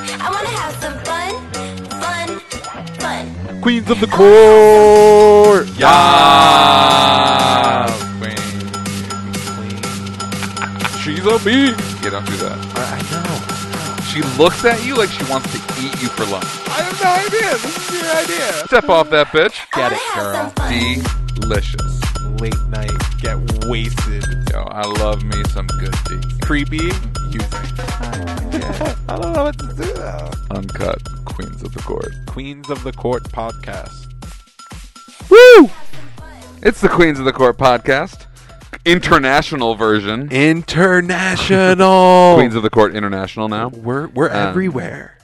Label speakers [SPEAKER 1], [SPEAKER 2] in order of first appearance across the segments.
[SPEAKER 1] have some fun, fun, fun.
[SPEAKER 2] Queens of the Court.
[SPEAKER 3] Yeah. She's a bee. Yeah, don't do that.
[SPEAKER 2] I know.
[SPEAKER 3] She looks at you like she wants to eat you for lunch. I have no idea. This is your idea. Step off that bitch.
[SPEAKER 1] I
[SPEAKER 2] Get
[SPEAKER 1] wanna
[SPEAKER 2] it,
[SPEAKER 1] have
[SPEAKER 2] girl.
[SPEAKER 1] some fun.
[SPEAKER 3] Delicious.
[SPEAKER 2] Late night, get wasted.
[SPEAKER 3] Yo, I love me some good D.
[SPEAKER 2] Creepy, you think. I don't know what to do though.
[SPEAKER 3] Uncut Queens of the Court.
[SPEAKER 2] Queens of the Court podcast.
[SPEAKER 3] Woo! It's the Queens of the Court podcast, international version.
[SPEAKER 2] International.
[SPEAKER 3] Queens of the Court International now.
[SPEAKER 2] We're we're
[SPEAKER 3] Um,
[SPEAKER 2] everywhere.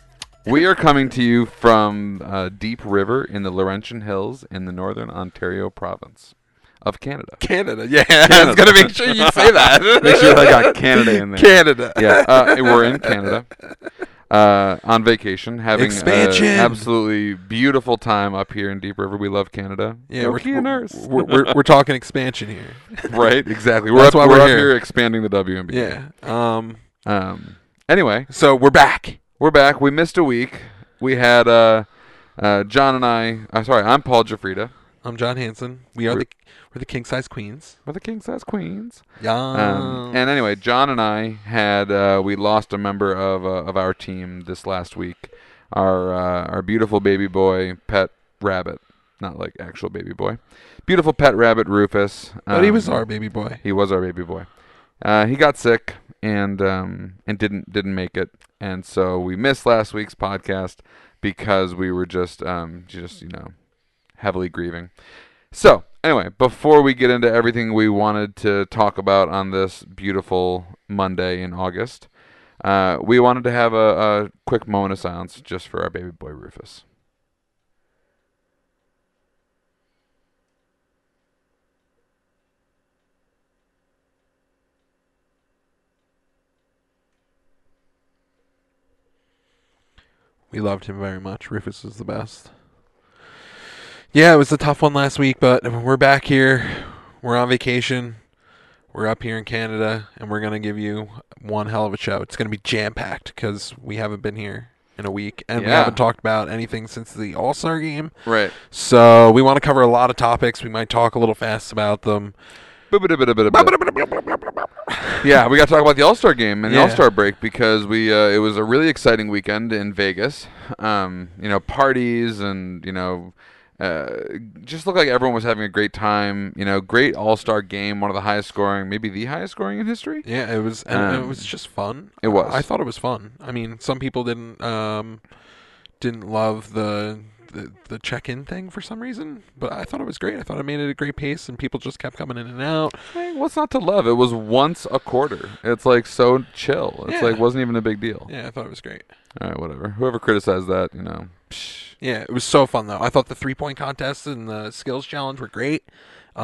[SPEAKER 3] We are coming to you from uh, Deep River in the Laurentian Hills in the northern Ontario province of Canada.
[SPEAKER 2] Canada. Yeah,
[SPEAKER 3] I was gonna make sure you say that. Make sure I got Canada in there.
[SPEAKER 2] Canada.
[SPEAKER 3] yeah, uh, we're in Canada uh, on vacation, having
[SPEAKER 2] Expansion.
[SPEAKER 3] an absolutely beautiful time up here in Deep River. We love Canada.
[SPEAKER 2] Yeah,
[SPEAKER 3] Go
[SPEAKER 2] we're,
[SPEAKER 3] Canadians.
[SPEAKER 2] we're, we're, we're talking expansion here.
[SPEAKER 3] right, exactly. We're
[SPEAKER 2] That's
[SPEAKER 3] up,
[SPEAKER 2] why
[SPEAKER 3] we're
[SPEAKER 2] we're
[SPEAKER 3] up
[SPEAKER 2] here.
[SPEAKER 3] here expanding the WNBA.
[SPEAKER 2] Yeah. Um.
[SPEAKER 3] Um, anyway,
[SPEAKER 2] So we're back.
[SPEAKER 3] we're back. We missed a week. We had uh, uh, John and I. I'm sorry. I'm Paul Jafrida.
[SPEAKER 2] I'm John Hanson. We are
[SPEAKER 3] We're-
[SPEAKER 2] the we're the king size queens.
[SPEAKER 3] We're the king size queens.
[SPEAKER 2] Yeah.
[SPEAKER 3] Um, and anyway, John and I had uh, we lost a member of uh, of our team this last week. Our uh, our beautiful baby boy pet rabbit, not like actual baby boy, beautiful pet rabbit Rufus.
[SPEAKER 2] but he
[SPEAKER 3] Um,
[SPEAKER 2] was our baby boy.
[SPEAKER 3] he was our baby boy. Uh, he got sick and um, and didn't didn't make it, and so we missed last week's podcast because we were just um, just you know heavily grieving. So anyway, before we get into everything we wanted to talk about on this beautiful Monday in August, uh, we wanted to have a, a quick moment of silence just for our baby boy Rufus.
[SPEAKER 2] We loved him very much. Rufus was the best. Yeah, it was a tough one last week, but we're back here. We're on vacation. We're up here in Canada, and we're going to give you one hell of a show. It's going to be jam packed because we haven't been here in a week, and we
[SPEAKER 3] Yeah.
[SPEAKER 2] haven't talked about anything since the All Star game.
[SPEAKER 3] Right.
[SPEAKER 2] So we want to cover a lot of topics. We might talk a little fast about them.
[SPEAKER 3] yeah, we got to talk about the All Star game and
[SPEAKER 2] Yeah.
[SPEAKER 3] the All Star break because we uh, it was a really exciting weekend in Vegas. Um, you know, parties and you know, uh, just looked like everyone was having a great time. You know, great All Star game, one of the highest scoring, maybe the highest scoring in history.
[SPEAKER 2] Yeah, it was and it
[SPEAKER 3] Um,
[SPEAKER 2] was just fun.
[SPEAKER 3] it was.
[SPEAKER 2] I thought it was fun. I mean, some people didn't um didn't love the the, the check in thing for some reason, but I thought it was great. I thought it made it a great pace, and people just kept coming in and out.
[SPEAKER 3] Hey, what's not to love? It was once a quarter. It's like so chill. It's
[SPEAKER 2] Yeah.
[SPEAKER 3] like wasn't even a big deal.
[SPEAKER 2] Yeah, I thought it was great.
[SPEAKER 3] All right, whatever. Whoever criticized that, you know, psh,
[SPEAKER 2] Yeah, it was so fun though. I thought the three point contest and the skills challenge were great.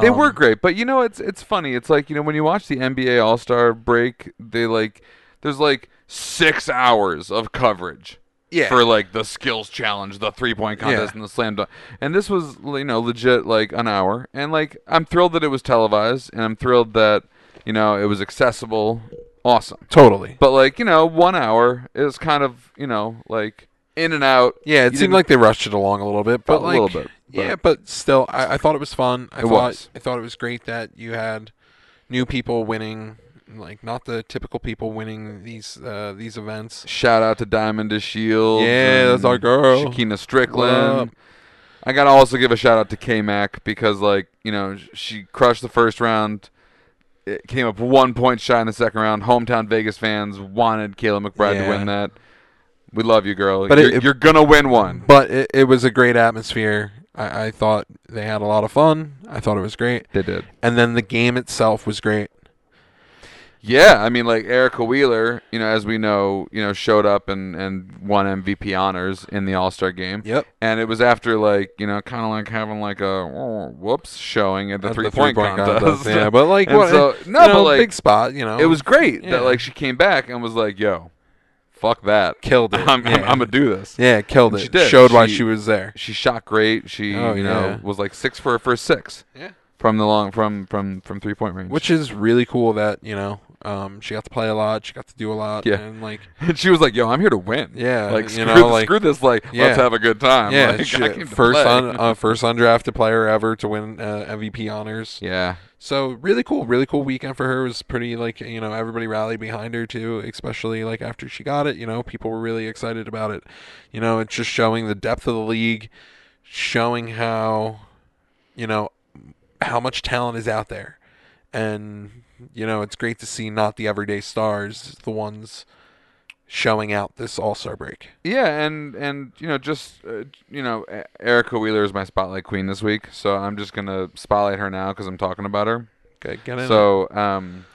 [SPEAKER 3] They
[SPEAKER 2] Um,
[SPEAKER 3] were great, but you know it's it's funny. It's like you know when you watch the NBA All Star break, they like there's like six hours of coverage
[SPEAKER 2] Yeah.
[SPEAKER 3] for like the skills challenge, the three point contest,
[SPEAKER 2] Yeah.
[SPEAKER 3] and the slam dunk. And this was you know legit like an hour, and like I'm thrilled that it was televised, and I'm thrilled that you know it was accessible. Awesome,
[SPEAKER 2] totally.
[SPEAKER 3] but like you know one hour is kind of you know like in and out.
[SPEAKER 2] Yeah,
[SPEAKER 3] You
[SPEAKER 2] it seemed
[SPEAKER 3] didn't-
[SPEAKER 2] like they rushed it along a little bit, but
[SPEAKER 3] A
[SPEAKER 2] like,
[SPEAKER 3] little bit, but-
[SPEAKER 2] yeah, but still, I, I thought it was fun. I
[SPEAKER 3] It
[SPEAKER 2] thought
[SPEAKER 3] was.
[SPEAKER 2] I thought it was great that you had new people winning, like not the typical people winning these uh, these events.
[SPEAKER 3] Shout out to Diamond to Shield.
[SPEAKER 2] Yeah, that's our girl.
[SPEAKER 3] Shakina Strickland.
[SPEAKER 2] What up?
[SPEAKER 3] I gotta also give a shout out to K Mac because, like, you know, sh- she crushed the first round. It came up one point shy in the second round. Hometown Vegas fans wanted Kayla McBride
[SPEAKER 2] Yeah.
[SPEAKER 3] to win that. We love you, girl.
[SPEAKER 2] But
[SPEAKER 3] you're,
[SPEAKER 2] it-
[SPEAKER 3] you're gonna win one.
[SPEAKER 2] But it, it was a great atmosphere. I, I thought they had a lot of fun. I thought it was great,
[SPEAKER 3] They did.
[SPEAKER 2] and then the game itself was great.
[SPEAKER 3] Yeah, I mean, like Erica Wheeler, you know, as we know, you know, showed up and and won MVP honors in the All Star game.
[SPEAKER 2] Yep.
[SPEAKER 3] And it was after like you know, kind of like having like a "Oh, whoops showing at the
[SPEAKER 2] At
[SPEAKER 3] three point contest.
[SPEAKER 2] yeah. But like,
[SPEAKER 3] And
[SPEAKER 2] what?
[SPEAKER 3] so-
[SPEAKER 2] you
[SPEAKER 3] no, but,
[SPEAKER 2] know,
[SPEAKER 3] like,
[SPEAKER 2] big spot, you know,
[SPEAKER 3] it was great
[SPEAKER 2] Yeah.
[SPEAKER 3] that like she came back and was like, "Yo, fuck that,
[SPEAKER 2] Killed it.
[SPEAKER 3] I'm, I'm,
[SPEAKER 2] Yeah.
[SPEAKER 3] I'm gonna do this."
[SPEAKER 2] yeah, killed
[SPEAKER 3] And
[SPEAKER 2] it.
[SPEAKER 3] she did.
[SPEAKER 2] Showed why
[SPEAKER 3] She-
[SPEAKER 2] she was there.
[SPEAKER 3] She shot great. She
[SPEAKER 2] Oh,
[SPEAKER 3] you know
[SPEAKER 2] yeah.
[SPEAKER 3] was like six for her first six
[SPEAKER 2] Yeah.
[SPEAKER 3] from the long from from from three point range.
[SPEAKER 2] which is really cool that you know Um, she got to play a lot. She got to do a lot.
[SPEAKER 3] Yeah.
[SPEAKER 2] And like,
[SPEAKER 3] And she was like, "Yo, I'm here to win."
[SPEAKER 2] Yeah,
[SPEAKER 3] like
[SPEAKER 2] you
[SPEAKER 3] screw,
[SPEAKER 2] know,
[SPEAKER 3] th-
[SPEAKER 2] like-
[SPEAKER 3] screw this. Like,
[SPEAKER 2] Yeah.
[SPEAKER 3] let's have a good time.
[SPEAKER 2] yeah,
[SPEAKER 3] like, I
[SPEAKER 2] she-
[SPEAKER 3] came to
[SPEAKER 2] first
[SPEAKER 3] play.
[SPEAKER 2] un, uh, first undrafted player ever to win uh, MVP honors.
[SPEAKER 3] yeah,
[SPEAKER 2] So really cool, really cool weekend for her. It was pretty like you know everybody rallied behind her too, especially like after she got it. You know people were really excited about it. You know it's just showing the depth of the league, showing how, you know, how much talent is out there, and you know it's great to see not the everyday stars, the ones showing out this All Star break.
[SPEAKER 3] yeah, and and you know, just uh, you know, E- Erica Wheeler is my spotlight queen this week, so I'm just gonna spotlight her now because I'm talking about her.
[SPEAKER 2] Okay, get in.
[SPEAKER 3] So, um,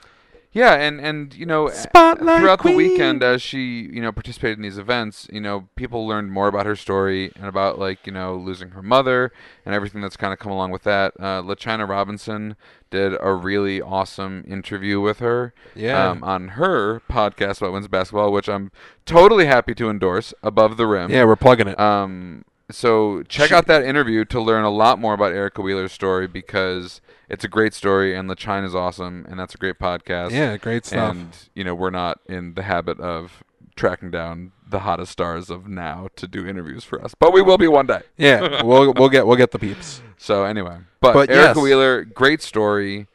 [SPEAKER 3] yeah, and and you know,
[SPEAKER 2] Spotlight
[SPEAKER 3] throughout
[SPEAKER 2] Queen.
[SPEAKER 3] the weekend as she you know participated in these events, you know, people learned more about her story and about like you know losing her mother and everything that's kind of come along with that. Uh, LaChina Robinson did a really awesome interview with her,
[SPEAKER 2] Yeah.
[SPEAKER 3] um, on her podcast about women's basketball, which I'm totally happy to endorse. Above the rim,
[SPEAKER 2] yeah, we're plugging it.
[SPEAKER 3] um, so check
[SPEAKER 2] She-
[SPEAKER 3] out that interview to learn a lot more about Erica Wheeler's story because it's a great story and the China's awesome and that's a great podcast.
[SPEAKER 2] yeah, great stuff.
[SPEAKER 3] And you know we're not in the habit of tracking down the hottest stars of now to do interviews for us, but we will be one day.
[SPEAKER 2] yeah, we'll we'll get we'll get the peeps.
[SPEAKER 3] So anyway, but,
[SPEAKER 2] But
[SPEAKER 3] Erica
[SPEAKER 2] yes.
[SPEAKER 3] Wheeler, great story,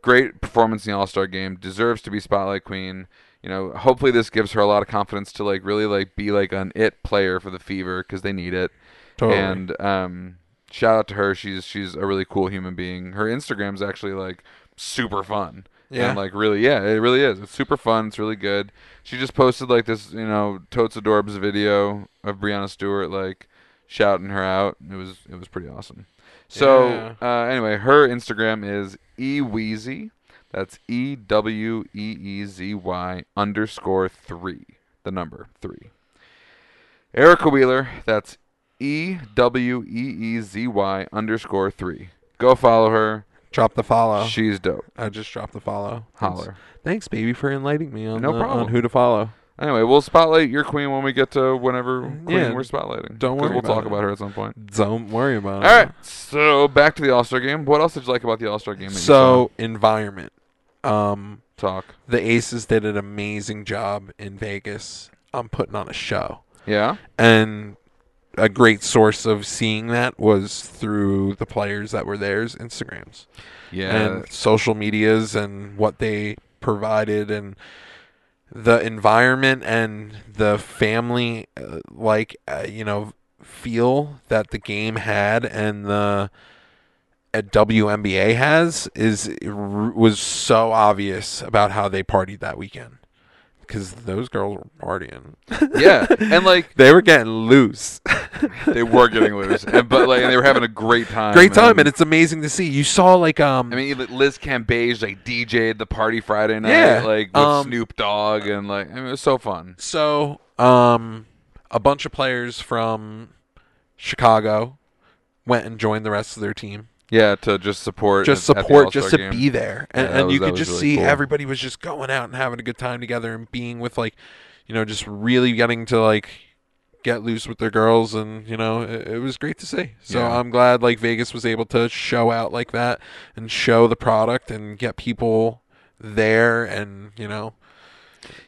[SPEAKER 3] great performance in the All Star game, deserves to be spotlight queen. You know, hopefully this gives her a lot of confidence to like really like be like an it player for the Fever because they need it.
[SPEAKER 2] Totally.
[SPEAKER 3] And um, shout out to her. She's she's a really cool human being. Her Instagram's actually like super fun.
[SPEAKER 2] Yeah.
[SPEAKER 3] And like really, yeah, it really is. It's super fun. It's really good. She just posted like this, you know, totes adorbs video of Brianna Stewart like shouting her out. It was it was pretty awesome. So uh, anyway, her Instagram is eweezy. That's e w e e z y underscore three. The number three. Erica Wheeler. That's e w e e z y underscore three. Go follow her.
[SPEAKER 2] Drop the follow.
[SPEAKER 3] She's dope.
[SPEAKER 2] I just dropped the follow. Thanks-
[SPEAKER 3] Holler.
[SPEAKER 2] Thanks, baby, for enlightening me on,
[SPEAKER 3] No
[SPEAKER 2] the-
[SPEAKER 3] problem.
[SPEAKER 2] on who to follow.
[SPEAKER 3] Anyway, we'll spotlight your queen when we get to whenever queen
[SPEAKER 2] Yeah,
[SPEAKER 3] we're spotlighting.
[SPEAKER 2] don't
[SPEAKER 3] 'Cause
[SPEAKER 2] worry
[SPEAKER 3] We'll
[SPEAKER 2] about
[SPEAKER 3] talk
[SPEAKER 2] it. Uh-huh.
[SPEAKER 3] about her at some point.
[SPEAKER 2] Don't worry about it.
[SPEAKER 3] All right. So back to the All Star game. What else did you like about the All Star game? that you
[SPEAKER 2] So environment. Um,
[SPEAKER 3] saw? talk.
[SPEAKER 2] the Aces did an amazing job in Vegas. on putting on a show,
[SPEAKER 3] Yeah.
[SPEAKER 2] and a great source of seeing that was through the players that were there's Instagrams. and social medias and what they provided and the environment and the family uh, like uh, you know feel that the game had and the at WNBA has is was so obvious about how they partied that weekend because those girls were partying.
[SPEAKER 3] yeah, and like
[SPEAKER 2] They were getting loose.
[SPEAKER 3] they were getting loose, and, but like and they were having a great time.
[SPEAKER 2] Great time, and it's amazing to see. You saw like um,
[SPEAKER 3] I mean, Liz Cambage like DJ'd the party Friday night,
[SPEAKER 2] Yeah,
[SPEAKER 3] like with
[SPEAKER 2] um,
[SPEAKER 3] Snoop Dogg, and like I mean, it was so fun.
[SPEAKER 2] So, um, a bunch of players from Chicago went and joined the rest of their team.
[SPEAKER 3] Yeah, to just support,
[SPEAKER 2] Just
[SPEAKER 3] at- at the
[SPEAKER 2] support, just to
[SPEAKER 3] All-Star game.
[SPEAKER 2] be there, and,
[SPEAKER 3] Yeah, that
[SPEAKER 2] and
[SPEAKER 3] was-
[SPEAKER 2] you
[SPEAKER 3] that
[SPEAKER 2] could
[SPEAKER 3] was
[SPEAKER 2] just
[SPEAKER 3] really
[SPEAKER 2] see
[SPEAKER 3] cool.
[SPEAKER 2] everybody was just going out and having a good time together and being with like, you know, just really getting to like get loose with their girls, and you know, it, it was great to see. So
[SPEAKER 3] Yeah.
[SPEAKER 2] I'm glad like Vegas was able to show out like that and show the product and get people there, and you know,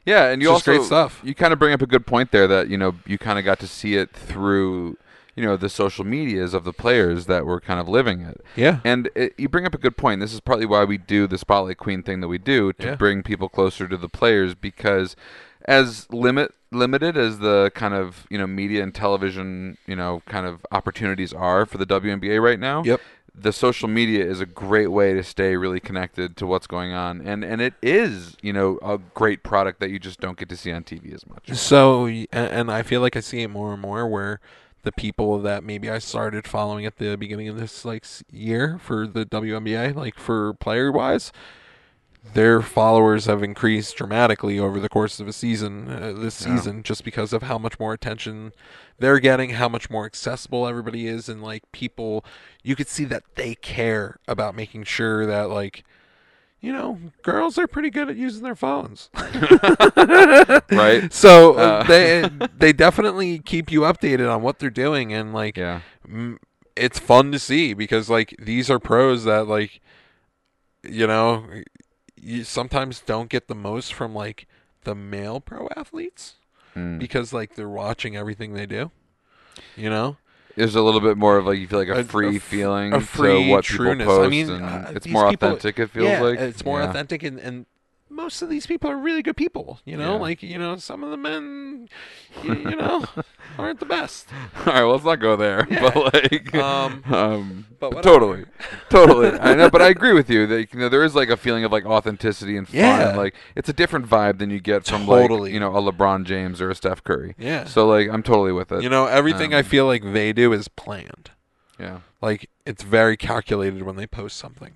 [SPEAKER 3] Yeah, and you
[SPEAKER 2] Just
[SPEAKER 3] also
[SPEAKER 2] great stuff.
[SPEAKER 3] You kind of bring up a good point there that you know you kind of got to see it through you know the social medias of the players that were kind of living it.
[SPEAKER 2] yeah,
[SPEAKER 3] And it, you bring up a good point. This is partly why we do the Spotlight Queen thing that we do to
[SPEAKER 2] Yeah.
[SPEAKER 3] bring people closer to the players because as limit limited as the kind of, you know, media and television, you know, kind of opportunities are for the WNBA right now.
[SPEAKER 2] Yep.
[SPEAKER 3] The social media is a great way to stay really connected to what's going on and and it is, you know, a great product that you just don't get to see on TV as much.
[SPEAKER 2] So, y- a- and I feel like I see it more and more where the people that maybe I started following at the beginning of this like s- year for the WNBA, like for player wise, their followers have increased dramatically over the course of a season uh, this
[SPEAKER 3] Yeah.
[SPEAKER 2] season just because of how much more attention they're getting, how much more accessible everybody is and like people you could see that they care about making sure that like you know, girls are pretty good at using their phones.
[SPEAKER 3] Right?
[SPEAKER 2] So
[SPEAKER 3] Uh.
[SPEAKER 2] they they definitely keep you updated on what they're doing, and like
[SPEAKER 3] Yeah.
[SPEAKER 2] m- it's fun to see because like these are pros that like you know you sometimes don't get the most from like the male pro athletes
[SPEAKER 3] Mm.
[SPEAKER 2] because like they're watching everything they do. You know,
[SPEAKER 3] There's a little bit more of like you feel like
[SPEAKER 2] A-
[SPEAKER 3] a
[SPEAKER 2] a
[SPEAKER 3] free
[SPEAKER 2] f-
[SPEAKER 3] feeling
[SPEAKER 2] a free
[SPEAKER 3] to what
[SPEAKER 2] trueness. I
[SPEAKER 3] people post,
[SPEAKER 2] mean,
[SPEAKER 3] and
[SPEAKER 2] uh,
[SPEAKER 3] it's
[SPEAKER 2] these
[SPEAKER 3] more
[SPEAKER 2] people-
[SPEAKER 3] authentic. It feels
[SPEAKER 2] yeah,
[SPEAKER 3] like
[SPEAKER 2] it's more
[SPEAKER 3] Yeah.
[SPEAKER 2] authentic, and and most of these people are really good people. You know,
[SPEAKER 3] Yeah.
[SPEAKER 2] like you know, some of the men, you, you know, aren't the best.
[SPEAKER 3] All right, well, let's not go there. But like,
[SPEAKER 2] Um,
[SPEAKER 3] um,
[SPEAKER 2] but
[SPEAKER 3] but
[SPEAKER 2] whatever.
[SPEAKER 3] totally, totally. I know, but I agree with you that you know there is like a feeling of like authenticity and fun.
[SPEAKER 2] Yeah.
[SPEAKER 3] Like it's a different vibe than you get from
[SPEAKER 2] Totally.
[SPEAKER 3] like you know a LeBron James or a Steph Curry.
[SPEAKER 2] Yeah.
[SPEAKER 3] So like, I'm totally with it.
[SPEAKER 2] you know, everything I
[SPEAKER 3] um,
[SPEAKER 2] feel like they do is planned.
[SPEAKER 3] yeah.
[SPEAKER 2] Like it's very calculated when they post something.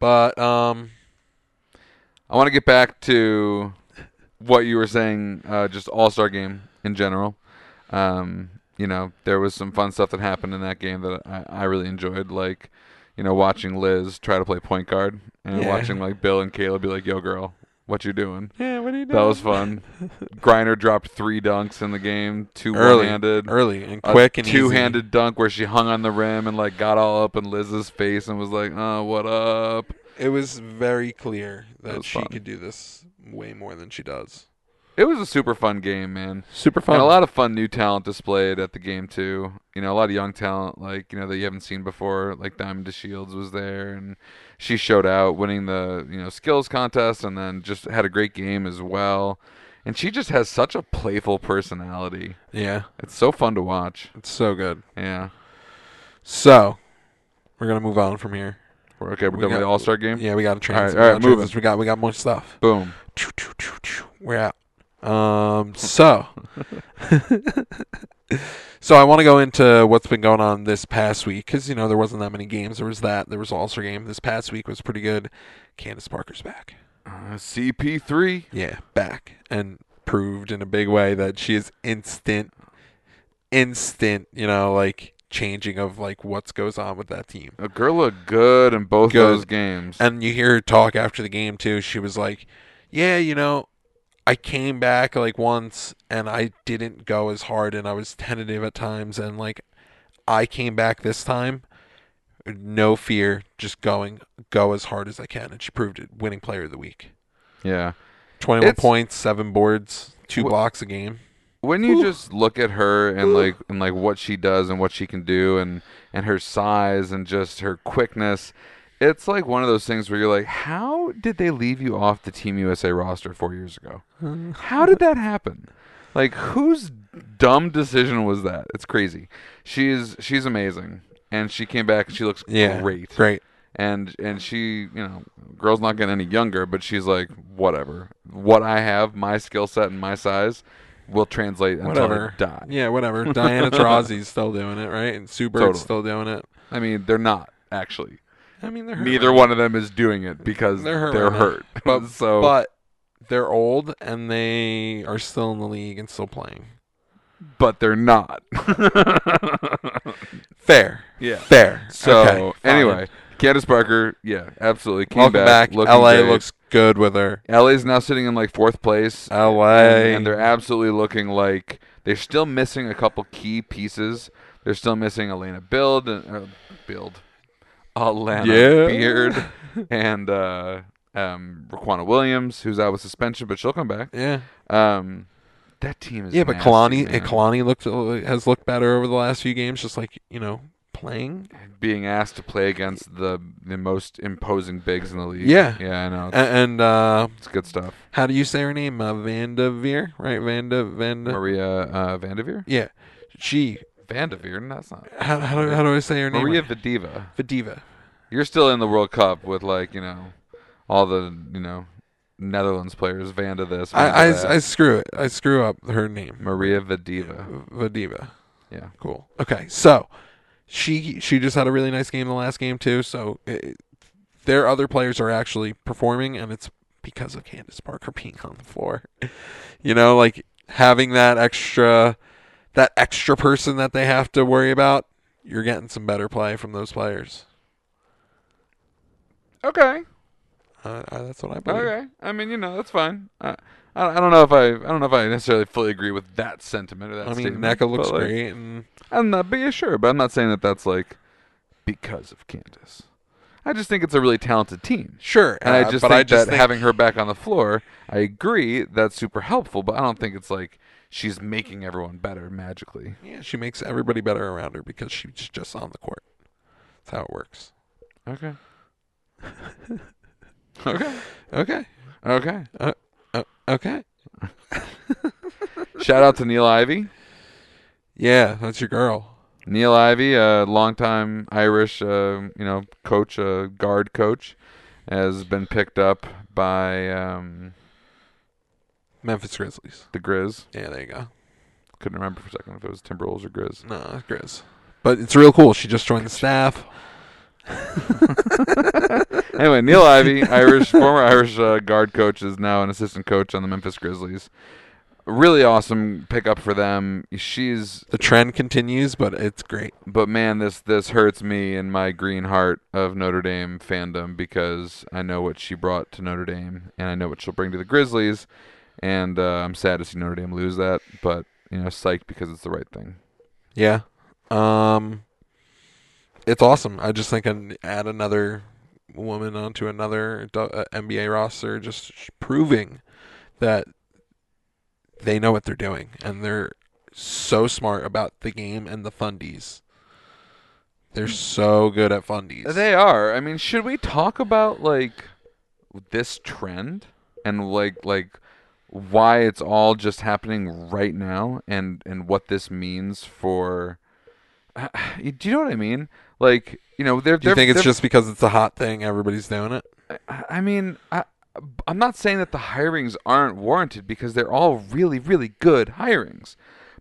[SPEAKER 2] But um,
[SPEAKER 3] I want to get back to what you were saying, uh, just All Star Game in general. Um, you know, there was some fun stuff that happened in that game that I, I really enjoyed, like you know, watching Liz try to play point guard and
[SPEAKER 2] Yeah.
[SPEAKER 3] watching like Bill and Kayla be like, "Yo, girl, what you doing?"
[SPEAKER 2] yeah, what do you do?
[SPEAKER 3] That was fun. Griner dropped three dunks in the game, two
[SPEAKER 2] early,
[SPEAKER 3] one-handed,
[SPEAKER 2] early and
[SPEAKER 3] a
[SPEAKER 2] quick and easy.
[SPEAKER 3] two-handed dunk where she hung on the rim and like got all up in Liz's face and was like, "Uh, what up?"
[SPEAKER 2] It was very clear that,
[SPEAKER 3] That was
[SPEAKER 2] she
[SPEAKER 3] fun.
[SPEAKER 2] could do this way more than she does.
[SPEAKER 3] It was a super fun game, man.
[SPEAKER 2] Super
[SPEAKER 3] And a lot of fun new talent displayed at the game too. You know, a lot of young talent like, you know, that you haven't seen before, like Diamond to Shields was there and she showed out winning the, you know, skills contest and then just had a great game as well. And she just has such a playful personality.
[SPEAKER 2] yeah,
[SPEAKER 3] It's so fun to watch.
[SPEAKER 2] it's so good.
[SPEAKER 3] Yeah.
[SPEAKER 2] So we're gonna move on from here.
[SPEAKER 3] We're okay, we're
[SPEAKER 2] We
[SPEAKER 3] done with
[SPEAKER 2] got-
[SPEAKER 3] the All Star game.
[SPEAKER 2] Yeah, we got a trans.
[SPEAKER 3] All right, all right,
[SPEAKER 2] we, got
[SPEAKER 3] moving.
[SPEAKER 2] transits, we got we got more stuff.
[SPEAKER 3] Boom.
[SPEAKER 2] We're out. Um, so, so I want to go into what's been going on this past week because you know there wasn't that many games. There was that. There was All Star game. This past week was pretty good. Candace Parker's back.
[SPEAKER 3] Uh, CP three.
[SPEAKER 2] Yeah, back and proved in a big way that she is instant, instant. You know, like changing of like what goes on with that team.
[SPEAKER 3] A girl looked good in both
[SPEAKER 2] Good.
[SPEAKER 3] those games.
[SPEAKER 2] And you hear her talk after the game too. She was like, "Yeah, you know, I came back like once and I didn't go as hard and I was tentative at times and like I came back this time no fear, just going go as hard as I can." And she proved it, winning player of the week.
[SPEAKER 3] yeah.
[SPEAKER 2] 21
[SPEAKER 3] It's-
[SPEAKER 2] points, 7 boards, 2
[SPEAKER 3] Wh-
[SPEAKER 2] blocks a game.
[SPEAKER 3] when you
[SPEAKER 2] Whew.
[SPEAKER 3] just look at her and
[SPEAKER 2] Whew.
[SPEAKER 3] like and like what she does and what she can do and and her size and just her quickness it's like one of those things where you're like how did they leave you off the team usa roster four years ago how did that happen like whose dumb decision was that it's crazy she's she's amazing and she came back and she looks
[SPEAKER 2] Yeah.
[SPEAKER 3] great
[SPEAKER 2] Great.
[SPEAKER 3] and and she you know girl's not getting any younger but she's like whatever what i have my skill set and my size will translate until
[SPEAKER 2] Whatever.
[SPEAKER 3] I die
[SPEAKER 2] Yeah, whatever. Diana Taurasi's still doing it, right? And Sue Bird's
[SPEAKER 3] Totally.
[SPEAKER 2] still doing it.
[SPEAKER 3] i mean they're not actually
[SPEAKER 2] I mean, they're her
[SPEAKER 3] neither one of them is doing it because
[SPEAKER 2] They're
[SPEAKER 3] they're
[SPEAKER 2] hurt
[SPEAKER 3] hurt,
[SPEAKER 2] right now. But-
[SPEAKER 3] so
[SPEAKER 2] but they're old and they are still in the league and still playing.
[SPEAKER 3] but they're not
[SPEAKER 2] Fair,
[SPEAKER 3] yeah
[SPEAKER 2] fair.
[SPEAKER 3] so
[SPEAKER 2] Okay, fine.
[SPEAKER 3] anyway Candace Parker, yeah, absolutely. Came
[SPEAKER 2] welcome back.
[SPEAKER 3] looking
[SPEAKER 2] LA
[SPEAKER 3] great.
[SPEAKER 2] looks good with her.
[SPEAKER 3] LA's now sitting in like fourth place.
[SPEAKER 2] LA
[SPEAKER 3] and, and they're absolutely looking like they're still missing a couple key pieces. They're still missing Elena Build and uh, Build, Alana
[SPEAKER 2] Yeah.
[SPEAKER 3] Beard, and uh, um, Raquana Williams, who's out with suspension, but she'll come back.
[SPEAKER 2] yeah,
[SPEAKER 3] Um, that team is
[SPEAKER 2] yeah. But
[SPEAKER 3] nasty,
[SPEAKER 2] Kalani, eh,
[SPEAKER 3] man.
[SPEAKER 2] Kalani looked has looked better over the last few games. Just like you know, playing.
[SPEAKER 3] being asked to play against the the most imposing bigs in the league.
[SPEAKER 2] Yeah.
[SPEAKER 3] yeah, I know.
[SPEAKER 2] A- And uh,
[SPEAKER 3] It's good stuff.
[SPEAKER 2] how do you say her name? Uh, Vanda Veer, right? Vanda Vanda.
[SPEAKER 3] Maria uh, Vandeveer.
[SPEAKER 2] Yeah, she.
[SPEAKER 3] Vandeveer, that's not
[SPEAKER 2] How, how, do, how do I say her name?
[SPEAKER 3] Maria Vadiva.
[SPEAKER 2] Vadiva.
[SPEAKER 3] You're still in the World Cup with like you know all the you know Netherlands players. Vanda this.
[SPEAKER 2] I,
[SPEAKER 3] Vanda that.
[SPEAKER 2] I, I screw it. I screw up her name.
[SPEAKER 3] Maria Vadiva.
[SPEAKER 2] Vadiva.
[SPEAKER 3] Yeah.
[SPEAKER 2] Cool. Okay, so she she just had a really nice game the last game too. So it, their other players are actually performing, and it's because of Candace Parker being on the floor. You know, like having that extra that extra person that they have to worry about. You're getting some better play from those players.
[SPEAKER 3] Okay.
[SPEAKER 2] Uh, uh, that's what I believe.
[SPEAKER 3] Okay. I mean, you know, that's fine. I, I I don't know if I I don't know if I necessarily fully agree with that sentiment or that.
[SPEAKER 2] I mean,
[SPEAKER 3] statement,
[SPEAKER 2] NECA looks
[SPEAKER 3] but, like,
[SPEAKER 2] great, and
[SPEAKER 3] I'm not, but yeah, sure. But I'm not saying that that's like because of Candace. I just think it's a really talented team.
[SPEAKER 2] Sure,
[SPEAKER 3] And I
[SPEAKER 2] uh,
[SPEAKER 3] just
[SPEAKER 2] but
[SPEAKER 3] think
[SPEAKER 2] I just
[SPEAKER 3] that
[SPEAKER 2] think-
[SPEAKER 3] having her back on the floor, I agree that's super helpful, but I don't think it's like she's making everyone better magically.
[SPEAKER 2] yeah, she makes everybody better around her because she's just on the court. That's how it works.
[SPEAKER 3] Okay. okay.
[SPEAKER 2] Okay, Uh,
[SPEAKER 3] Okay.
[SPEAKER 2] okay,
[SPEAKER 3] Shout out to Neil Ivy.
[SPEAKER 2] yeah, that's your girl.
[SPEAKER 3] Neil Ivy, a longtime Irish, uh, you know, coach, uh, guard coach, has been picked up by um,
[SPEAKER 2] Memphis Grizzlies.
[SPEAKER 3] the Grizz.
[SPEAKER 2] Yeah, there you go.
[SPEAKER 3] Couldn't remember for a second if it was Timberwolves or Grizz.
[SPEAKER 2] No, Grizz. But it's real cool. She just joined the staff.
[SPEAKER 3] Anyway, Neil Ivy, Irish, former Irish uh, guard coach, is now an assistant coach on the Memphis Grizzlies. Really awesome pickup for them. She's,
[SPEAKER 2] The trend continues, but it's great.
[SPEAKER 3] but man, this this hurts me in my green heart of Notre Dame fandom because I know what she brought to Notre Dame and I know what she'll bring to the Grizzlies, and uh, I'm sad to see Notre Dame lose that, but you know, psyched because it's the right thing.
[SPEAKER 2] Yeah. Um it's awesome. I just think I'd add another woman onto another do- uh, NBA roster just sh- proving that they know what they're doing and they're so smart about the game and the fundies. They're so good at fundies.
[SPEAKER 3] They are. I mean, should we talk about like this trend and like like why it's all just happening right now and and what this means for do you know what I mean? Like, you know, they're
[SPEAKER 2] Do
[SPEAKER 3] they're-
[SPEAKER 2] you think it's
[SPEAKER 3] they're-
[SPEAKER 2] just because it's a hot thing everybody's doing it?
[SPEAKER 3] I I mean, I I'm not saying that the hirings aren't warranted because they're all really really good hirings.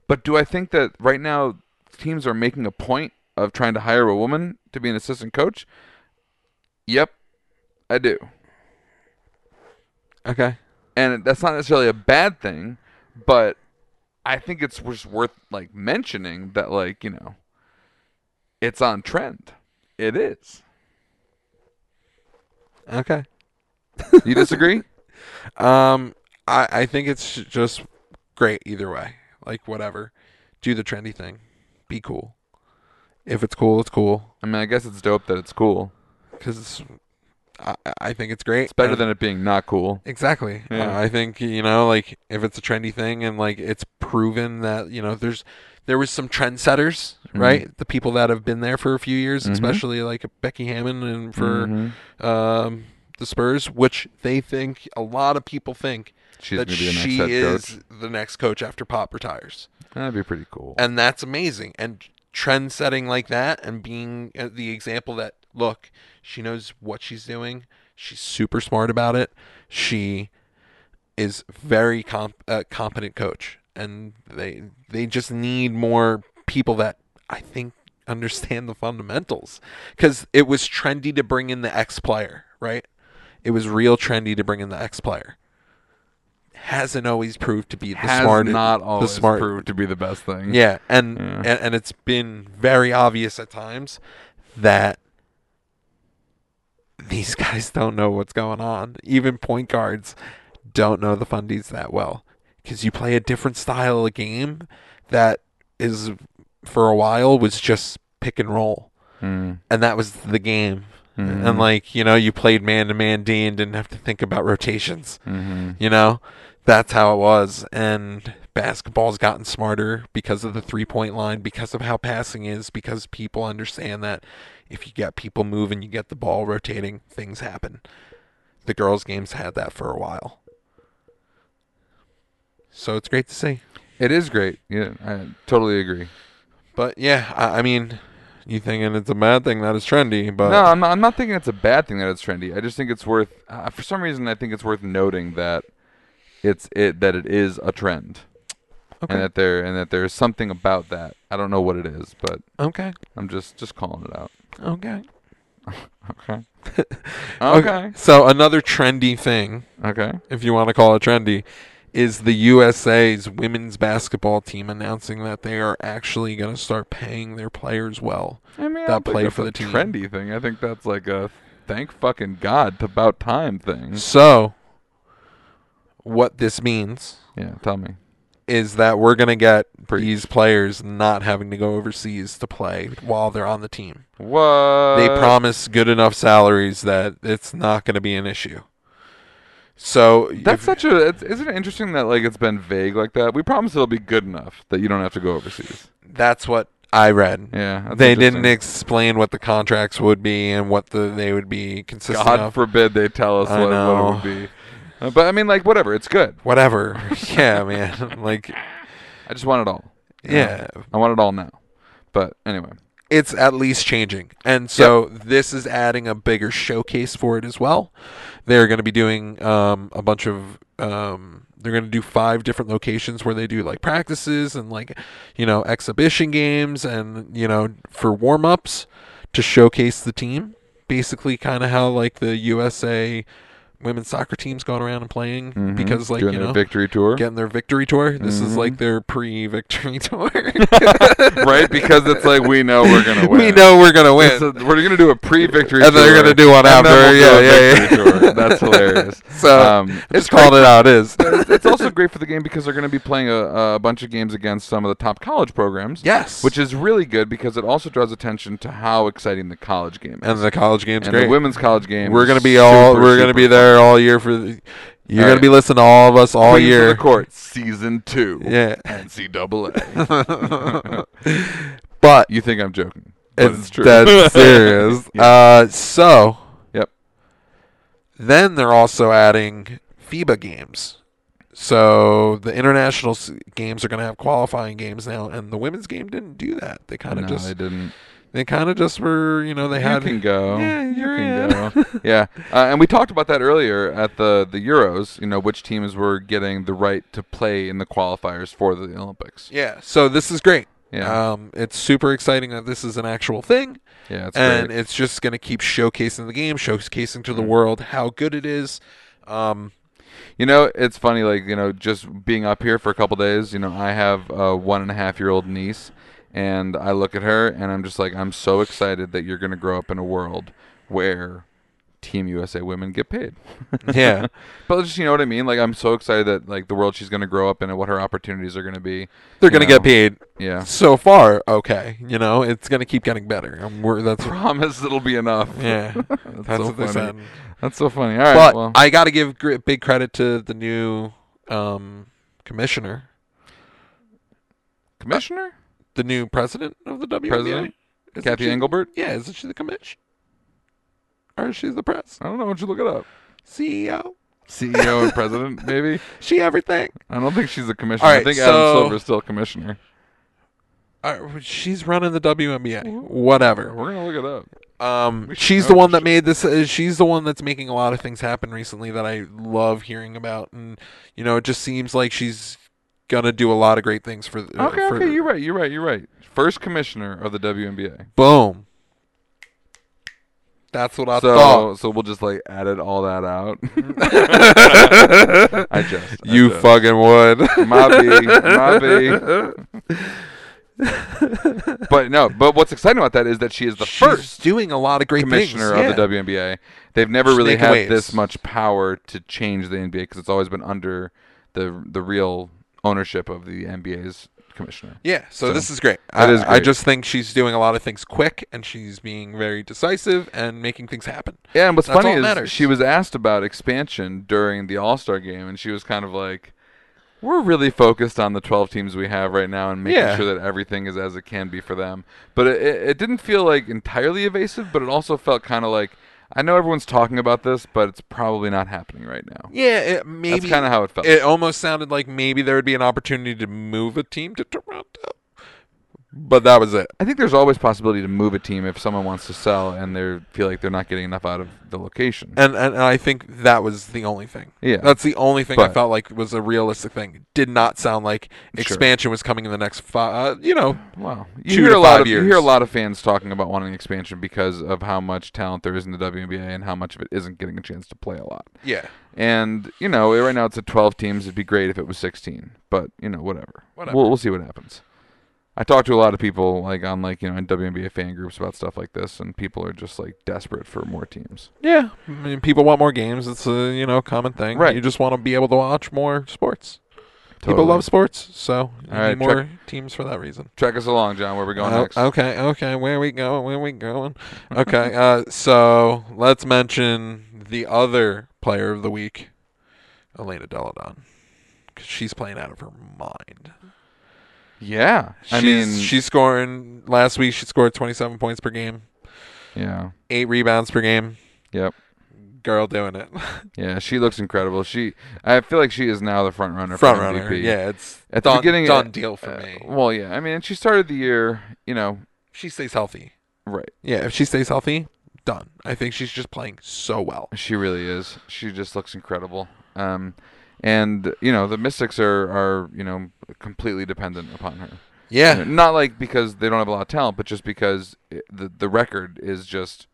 [SPEAKER 3] But do I think that right now teams are making a point of trying to hire a woman to be an assistant coach? Yep. I do.
[SPEAKER 2] Okay.
[SPEAKER 3] And that's not necessarily a bad thing, but I think it's just worth like mentioning that like, you know, it's on trend. It is.
[SPEAKER 2] Okay.
[SPEAKER 3] You disagree?
[SPEAKER 2] Um, I I think it's just great either way. Like whatever, do the trendy thing, be cool. If it's cool, it's cool
[SPEAKER 3] I mean, I guess it's dope that it's cool.
[SPEAKER 2] because I I think it's great.
[SPEAKER 3] It's better than it being not cool.
[SPEAKER 2] exactly.
[SPEAKER 3] Yeah.
[SPEAKER 2] Uh, I think you know like if it's a trendy thing and like it's proven that you know there's there was some trendsetters
[SPEAKER 3] Mm-hmm.
[SPEAKER 2] right the people that have been there for a few years
[SPEAKER 3] Mhm.
[SPEAKER 2] especially like Becky Hammond and for
[SPEAKER 3] Mhm.
[SPEAKER 2] um the Spurs which they think a lot of people think
[SPEAKER 3] she's
[SPEAKER 2] that
[SPEAKER 3] gonna be the next
[SPEAKER 2] she
[SPEAKER 3] head
[SPEAKER 2] is
[SPEAKER 3] coach.
[SPEAKER 2] the next coach after Pop retires.
[SPEAKER 3] That'd be pretty cool.
[SPEAKER 2] And that's amazing. And trend setting like that and being uh, the example that, look, she knows what she's doing. She's super smart about it. She is very comp- uh, competent coach. And they they just need more people that I think understand the fundamentals. Because it was trendy to bring in the X player, right? It was real trendy to bring in the X player. Hasn't always proved to be the
[SPEAKER 3] Has
[SPEAKER 2] smart,
[SPEAKER 3] not
[SPEAKER 2] the
[SPEAKER 3] always
[SPEAKER 2] smart
[SPEAKER 3] proved to be the best thing.
[SPEAKER 2] yeah, and,
[SPEAKER 3] Yeah.
[SPEAKER 2] and and it's been very obvious at times that these guys don't know what's going on. Even point guards don't know the fundies that well because you play a different style of game that is for a while was just pick and roll,
[SPEAKER 3] Mm.
[SPEAKER 2] and that was the game.
[SPEAKER 3] Mhm.
[SPEAKER 2] And like you know, you played man to man D and didn't have to think about rotations.
[SPEAKER 3] Mhm.
[SPEAKER 2] You know, that's how it was. And basketball's gotten smarter because of the three point line, because of how passing is, because people understand that if you get people moving, you get the ball rotating, things happen. The girls' games had that for a while. So it's great to see.
[SPEAKER 3] It is great. Yeah, I totally agree.
[SPEAKER 2] But yeah, I, I mean, you thinking it's a bad thing that is trendy, but
[SPEAKER 3] no, I'm not, I'm not thinking it's a bad thing that it's trendy. I just think it's worth, uh, for some reason, I think it's worth noting that it's it that it is a trend,
[SPEAKER 2] okay,
[SPEAKER 3] and that there and that there is something about that. I don't know what it is, but
[SPEAKER 2] okay,
[SPEAKER 3] I'm just just calling it out.
[SPEAKER 2] okay,
[SPEAKER 3] Okay.
[SPEAKER 2] Okay.
[SPEAKER 3] okay.
[SPEAKER 2] So another trendy thing
[SPEAKER 3] Okay.
[SPEAKER 2] if you want to call it trendy, is the USA's women's basketball team announcing that they are actually going to start paying their players well.
[SPEAKER 3] I mean, I
[SPEAKER 2] That
[SPEAKER 3] don't think
[SPEAKER 2] play
[SPEAKER 3] that's
[SPEAKER 2] for
[SPEAKER 3] a
[SPEAKER 2] the team.
[SPEAKER 3] trendy thing. I think that's like a thank fucking god about time thing.
[SPEAKER 2] So, what this means
[SPEAKER 3] Yeah, tell me.
[SPEAKER 2] is that we're gonna get
[SPEAKER 3] Preach.
[SPEAKER 2] these players not having to go overseas to play while they're on the team.
[SPEAKER 3] What?
[SPEAKER 2] they promise good enough salaries that it's not gonna be an issue. So
[SPEAKER 3] That's
[SPEAKER 2] if-
[SPEAKER 3] such a. It's, isn't it interesting that like it's been vague like that? We promise it'll be good enough that you don't have to go overseas.
[SPEAKER 2] that's what I read.
[SPEAKER 3] Yeah, that's
[SPEAKER 2] they didn't
[SPEAKER 3] interesting.
[SPEAKER 2] explain what the contracts would be and what the they would be consistent
[SPEAKER 3] God
[SPEAKER 2] of.
[SPEAKER 3] forbid they tell us
[SPEAKER 2] I
[SPEAKER 3] what, what it
[SPEAKER 2] know.
[SPEAKER 3] would be. Uh, but I mean, like whatever. It's good.
[SPEAKER 2] Whatever. yeah, man. Like
[SPEAKER 3] I just want it all. you know?
[SPEAKER 2] yeah.
[SPEAKER 3] I want it all now. But anyway,
[SPEAKER 2] it's at least changing. And so this is adding a bigger showcase for it as well. They're going to be doing um, a bunch of. Um, they're going to do five different locations where they do like practices and like, you know, exhibition games and, you know, for warm ups to showcase the team. Basically, kind of how like the USA women's soccer team's going around and playing
[SPEAKER 3] Mhm.
[SPEAKER 2] because, like,
[SPEAKER 3] doing
[SPEAKER 2] you
[SPEAKER 3] their
[SPEAKER 2] know,
[SPEAKER 3] victory tour,
[SPEAKER 2] getting their Mm-hmm. victory tour. This is
[SPEAKER 3] Mhm.
[SPEAKER 2] like their pre victory tour.
[SPEAKER 3] right? Because it's like we know we're gonna win.
[SPEAKER 2] we know we're going to win.
[SPEAKER 3] It's a- we're gonna do a pre-victory,
[SPEAKER 2] And
[SPEAKER 3] tour,
[SPEAKER 2] they're gonna do one
[SPEAKER 3] and then we'll
[SPEAKER 2] after,
[SPEAKER 3] do
[SPEAKER 2] yeah,
[SPEAKER 3] a
[SPEAKER 2] yeah,
[SPEAKER 3] victory
[SPEAKER 2] yeah.
[SPEAKER 3] tour. That's hilarious.
[SPEAKER 2] So,
[SPEAKER 3] um,
[SPEAKER 2] It's called it out is.
[SPEAKER 3] it's also great for the game because they're going to be playing a, a bunch of games against some of the top college programs.
[SPEAKER 2] yes.
[SPEAKER 3] Which is really good because it also draws attention to how exciting the college game is.
[SPEAKER 2] and the college game's
[SPEAKER 3] And
[SPEAKER 2] great.
[SPEAKER 3] the women's college game.
[SPEAKER 2] we're
[SPEAKER 3] is
[SPEAKER 2] gonna be all
[SPEAKER 3] super,
[SPEAKER 2] we're gonna
[SPEAKER 3] super
[SPEAKER 2] be there all year for the, you're
[SPEAKER 3] All
[SPEAKER 2] gonna
[SPEAKER 3] right.
[SPEAKER 2] be listening to all of us all
[SPEAKER 3] Queens of
[SPEAKER 2] year.
[SPEAKER 3] the court season two.
[SPEAKER 2] Yeah.
[SPEAKER 3] NCAA.
[SPEAKER 2] But
[SPEAKER 3] you think I'm joking? But
[SPEAKER 2] it's,
[SPEAKER 3] it's, true.
[SPEAKER 2] that's serious.
[SPEAKER 3] Yeah.
[SPEAKER 2] Uh so
[SPEAKER 3] Yep.
[SPEAKER 2] then they're also adding FIBA games. So the international s- games are going to have qualifying games now, and the women's game didn't do that. They kind
[SPEAKER 3] no,
[SPEAKER 2] of just
[SPEAKER 3] they
[SPEAKER 2] they,
[SPEAKER 3] didn't.
[SPEAKER 2] kind of just were, you know, they
[SPEAKER 3] you
[SPEAKER 2] had
[SPEAKER 3] can go.
[SPEAKER 2] Yeah,
[SPEAKER 3] You
[SPEAKER 2] you're
[SPEAKER 3] can
[SPEAKER 2] in.
[SPEAKER 3] go. yeah, uh, and we talked about that earlier at the the Euros. You know, which teams were getting the right to play in the qualifiers for the Olympics.
[SPEAKER 2] Yeah, so this is great.
[SPEAKER 3] Yeah,
[SPEAKER 2] Um, it's super exciting that this is an actual thing,
[SPEAKER 3] yeah, it's
[SPEAKER 2] and
[SPEAKER 3] great.
[SPEAKER 2] it's just going to keep showcasing the game, showcasing to the
[SPEAKER 3] Mhm.
[SPEAKER 2] world how good it is. Um,
[SPEAKER 3] You know, it's funny. Like you know, just being up here for a couple days. You know, I have a one and a half year old niece, and I look at her, and I'm just like, I'm so excited that you're going to grow up in a world where Team USA women get paid.
[SPEAKER 2] Yeah.
[SPEAKER 3] but just you know what I mean. Like I'm so excited that like the world she's going to grow up in and what her opportunities are going to be.
[SPEAKER 2] they're
[SPEAKER 3] You
[SPEAKER 2] going to
[SPEAKER 3] know,
[SPEAKER 2] get paid.
[SPEAKER 3] Yeah.
[SPEAKER 2] So far, okay. You know, it's going to keep getting better. And we're, that's
[SPEAKER 3] Promise it'll be enough.
[SPEAKER 2] yeah, that's,
[SPEAKER 3] That's, so
[SPEAKER 2] what they
[SPEAKER 3] funny.
[SPEAKER 2] said.
[SPEAKER 3] That's so funny. All right.
[SPEAKER 2] but
[SPEAKER 3] well,
[SPEAKER 2] I got to give gr- big credit to the new um, commissioner,
[SPEAKER 3] commissioner
[SPEAKER 2] the new president of the WNBA.
[SPEAKER 3] President?
[SPEAKER 2] Isn't
[SPEAKER 3] Kathy
[SPEAKER 2] she-
[SPEAKER 3] Engelbert.
[SPEAKER 2] Yeah, isn't she the commission? Or is she the press
[SPEAKER 3] I don't know. Why don't you look it up?
[SPEAKER 2] CEO?
[SPEAKER 3] CEO E and president, maybe.
[SPEAKER 2] She everything.
[SPEAKER 3] I don't think she's a commissioner. I
[SPEAKER 2] right,
[SPEAKER 3] think
[SPEAKER 2] so-
[SPEAKER 3] Adam Silver's still commissioner.
[SPEAKER 2] Uh, she's running the WNBA. Whatever.
[SPEAKER 3] We're gonna look it up.
[SPEAKER 2] Um,
[SPEAKER 3] We should
[SPEAKER 2] she's
[SPEAKER 3] know
[SPEAKER 2] the
[SPEAKER 3] this
[SPEAKER 2] one that
[SPEAKER 3] shit.
[SPEAKER 2] made this. Uh, she's the one that's making a lot of things happen recently that I love hearing about, and you know, it just seems like she's gonna do a lot of great things for. the
[SPEAKER 3] Okay,
[SPEAKER 2] for,
[SPEAKER 3] okay, you're right, you're right, you're right. First commissioner of the WNBA.
[SPEAKER 2] Boom. That's what I
[SPEAKER 3] so,
[SPEAKER 2] thought.
[SPEAKER 3] so we'll just like edit all that out. I just
[SPEAKER 2] You
[SPEAKER 3] I
[SPEAKER 2] fucking would.
[SPEAKER 3] Mobby, Mobby. but no, but what's exciting about that is that she is the
[SPEAKER 2] She's
[SPEAKER 3] first
[SPEAKER 2] doing a lot of great
[SPEAKER 3] commissioner
[SPEAKER 2] things.
[SPEAKER 3] of the WNBA. They've never
[SPEAKER 2] She's
[SPEAKER 3] really
[SPEAKER 2] making
[SPEAKER 3] had
[SPEAKER 2] waves.
[SPEAKER 3] this much power to change the NBA because it's always been under the the real ownership of the NBA's commissioner.
[SPEAKER 2] Yeah, so,
[SPEAKER 3] So,
[SPEAKER 2] this is great.
[SPEAKER 3] that
[SPEAKER 2] I,
[SPEAKER 3] is
[SPEAKER 2] I
[SPEAKER 3] great.
[SPEAKER 2] just think she's doing a lot of things quick, and she's being very decisive and making things happen.
[SPEAKER 3] Yeah, and what's
[SPEAKER 2] That's all
[SPEAKER 3] funny
[SPEAKER 2] that
[SPEAKER 3] is
[SPEAKER 2] matters.
[SPEAKER 3] she was asked about expansion during the All Star game, and she was kind of like, "We're really focused on the 12 teams we have right now and making
[SPEAKER 2] Yeah.
[SPEAKER 3] sure that everything is as it can be for them." But it, it, it didn't feel like entirely evasive, but it also felt kind of like, "I know everyone's talking about this, but it's probably not happening right now."
[SPEAKER 2] Yeah, it, maybe
[SPEAKER 3] That's kind of how it felt.
[SPEAKER 2] it almost sounded like maybe there would be an opportunity to move a team to Toronto, but that was it.
[SPEAKER 3] I think there's always possibility to move a team if someone wants to sell and they feel like they're not getting enough out of the location.
[SPEAKER 2] And and, and I think that was the only thing.
[SPEAKER 3] Yeah.
[SPEAKER 2] that's the only thing I
[SPEAKER 3] But-
[SPEAKER 2] felt like was a realistic thing. It Did not sound like
[SPEAKER 3] Sure.
[SPEAKER 2] expansion was coming in the next five. Uh, you know,
[SPEAKER 3] Wow,
[SPEAKER 2] two
[SPEAKER 3] you hear a
[SPEAKER 2] to
[SPEAKER 3] lot
[SPEAKER 2] five
[SPEAKER 3] of you
[SPEAKER 2] years.
[SPEAKER 3] hear a lot of fans talking about wanting expansion because of how much talent there is in the WNBA and how much of it isn't getting a chance to play a lot.
[SPEAKER 2] yeah,
[SPEAKER 3] And you know, right now it's at 12 teams. It'd be great if it was 16, but you know, whatever.
[SPEAKER 2] Whatever.
[SPEAKER 3] We'll we'll see what happens. I talk to a lot of people like on like you know in WNBA fan groups about stuff like this, and people are just like desperate for more teams.
[SPEAKER 2] yeah. I mean, people want more games. It's a you know common thing.
[SPEAKER 3] Right.
[SPEAKER 2] You just want to be able to watch more sports. People
[SPEAKER 3] Totally.
[SPEAKER 2] love sports, so you
[SPEAKER 3] All right,
[SPEAKER 2] need
[SPEAKER 3] check-
[SPEAKER 2] more teams for that reason.
[SPEAKER 3] Track us along, John. Where we going
[SPEAKER 2] Oh,
[SPEAKER 3] next?
[SPEAKER 2] Okay, okay, where we going? Where we going? Okay, uh, so let's mention the other player of the week, Elena Deladon, 'Cause she's playing out of her mind.
[SPEAKER 3] Yeah. I
[SPEAKER 2] She's-
[SPEAKER 3] mean,
[SPEAKER 2] she's scoring. Last week, she scored 27 points per game,
[SPEAKER 3] yeah.
[SPEAKER 2] eight rebounds per game.
[SPEAKER 3] Yep.
[SPEAKER 2] Girl, doing it.
[SPEAKER 3] Yeah, she looks incredible. She, I feel like she is now the front runner.
[SPEAKER 2] Front
[SPEAKER 3] for
[SPEAKER 2] runner.
[SPEAKER 3] MVP.
[SPEAKER 2] Yeah, it's
[SPEAKER 3] At the
[SPEAKER 2] done,
[SPEAKER 3] beginning,
[SPEAKER 2] done
[SPEAKER 3] uh,
[SPEAKER 2] deal for
[SPEAKER 3] uh,
[SPEAKER 2] me.
[SPEAKER 3] well, yeah. I mean, and she started the year, you know,
[SPEAKER 2] she stays healthy.
[SPEAKER 3] right.
[SPEAKER 2] Yeah, if she stays healthy, done. I think she's just playing so well.
[SPEAKER 3] She really is. She just looks incredible. Um, and you know, the Mystics are are you know completely dependent upon her. You know,
[SPEAKER 2] Yeah,
[SPEAKER 3] Not like because they don't have a lot of talent, but just because it, the the record is just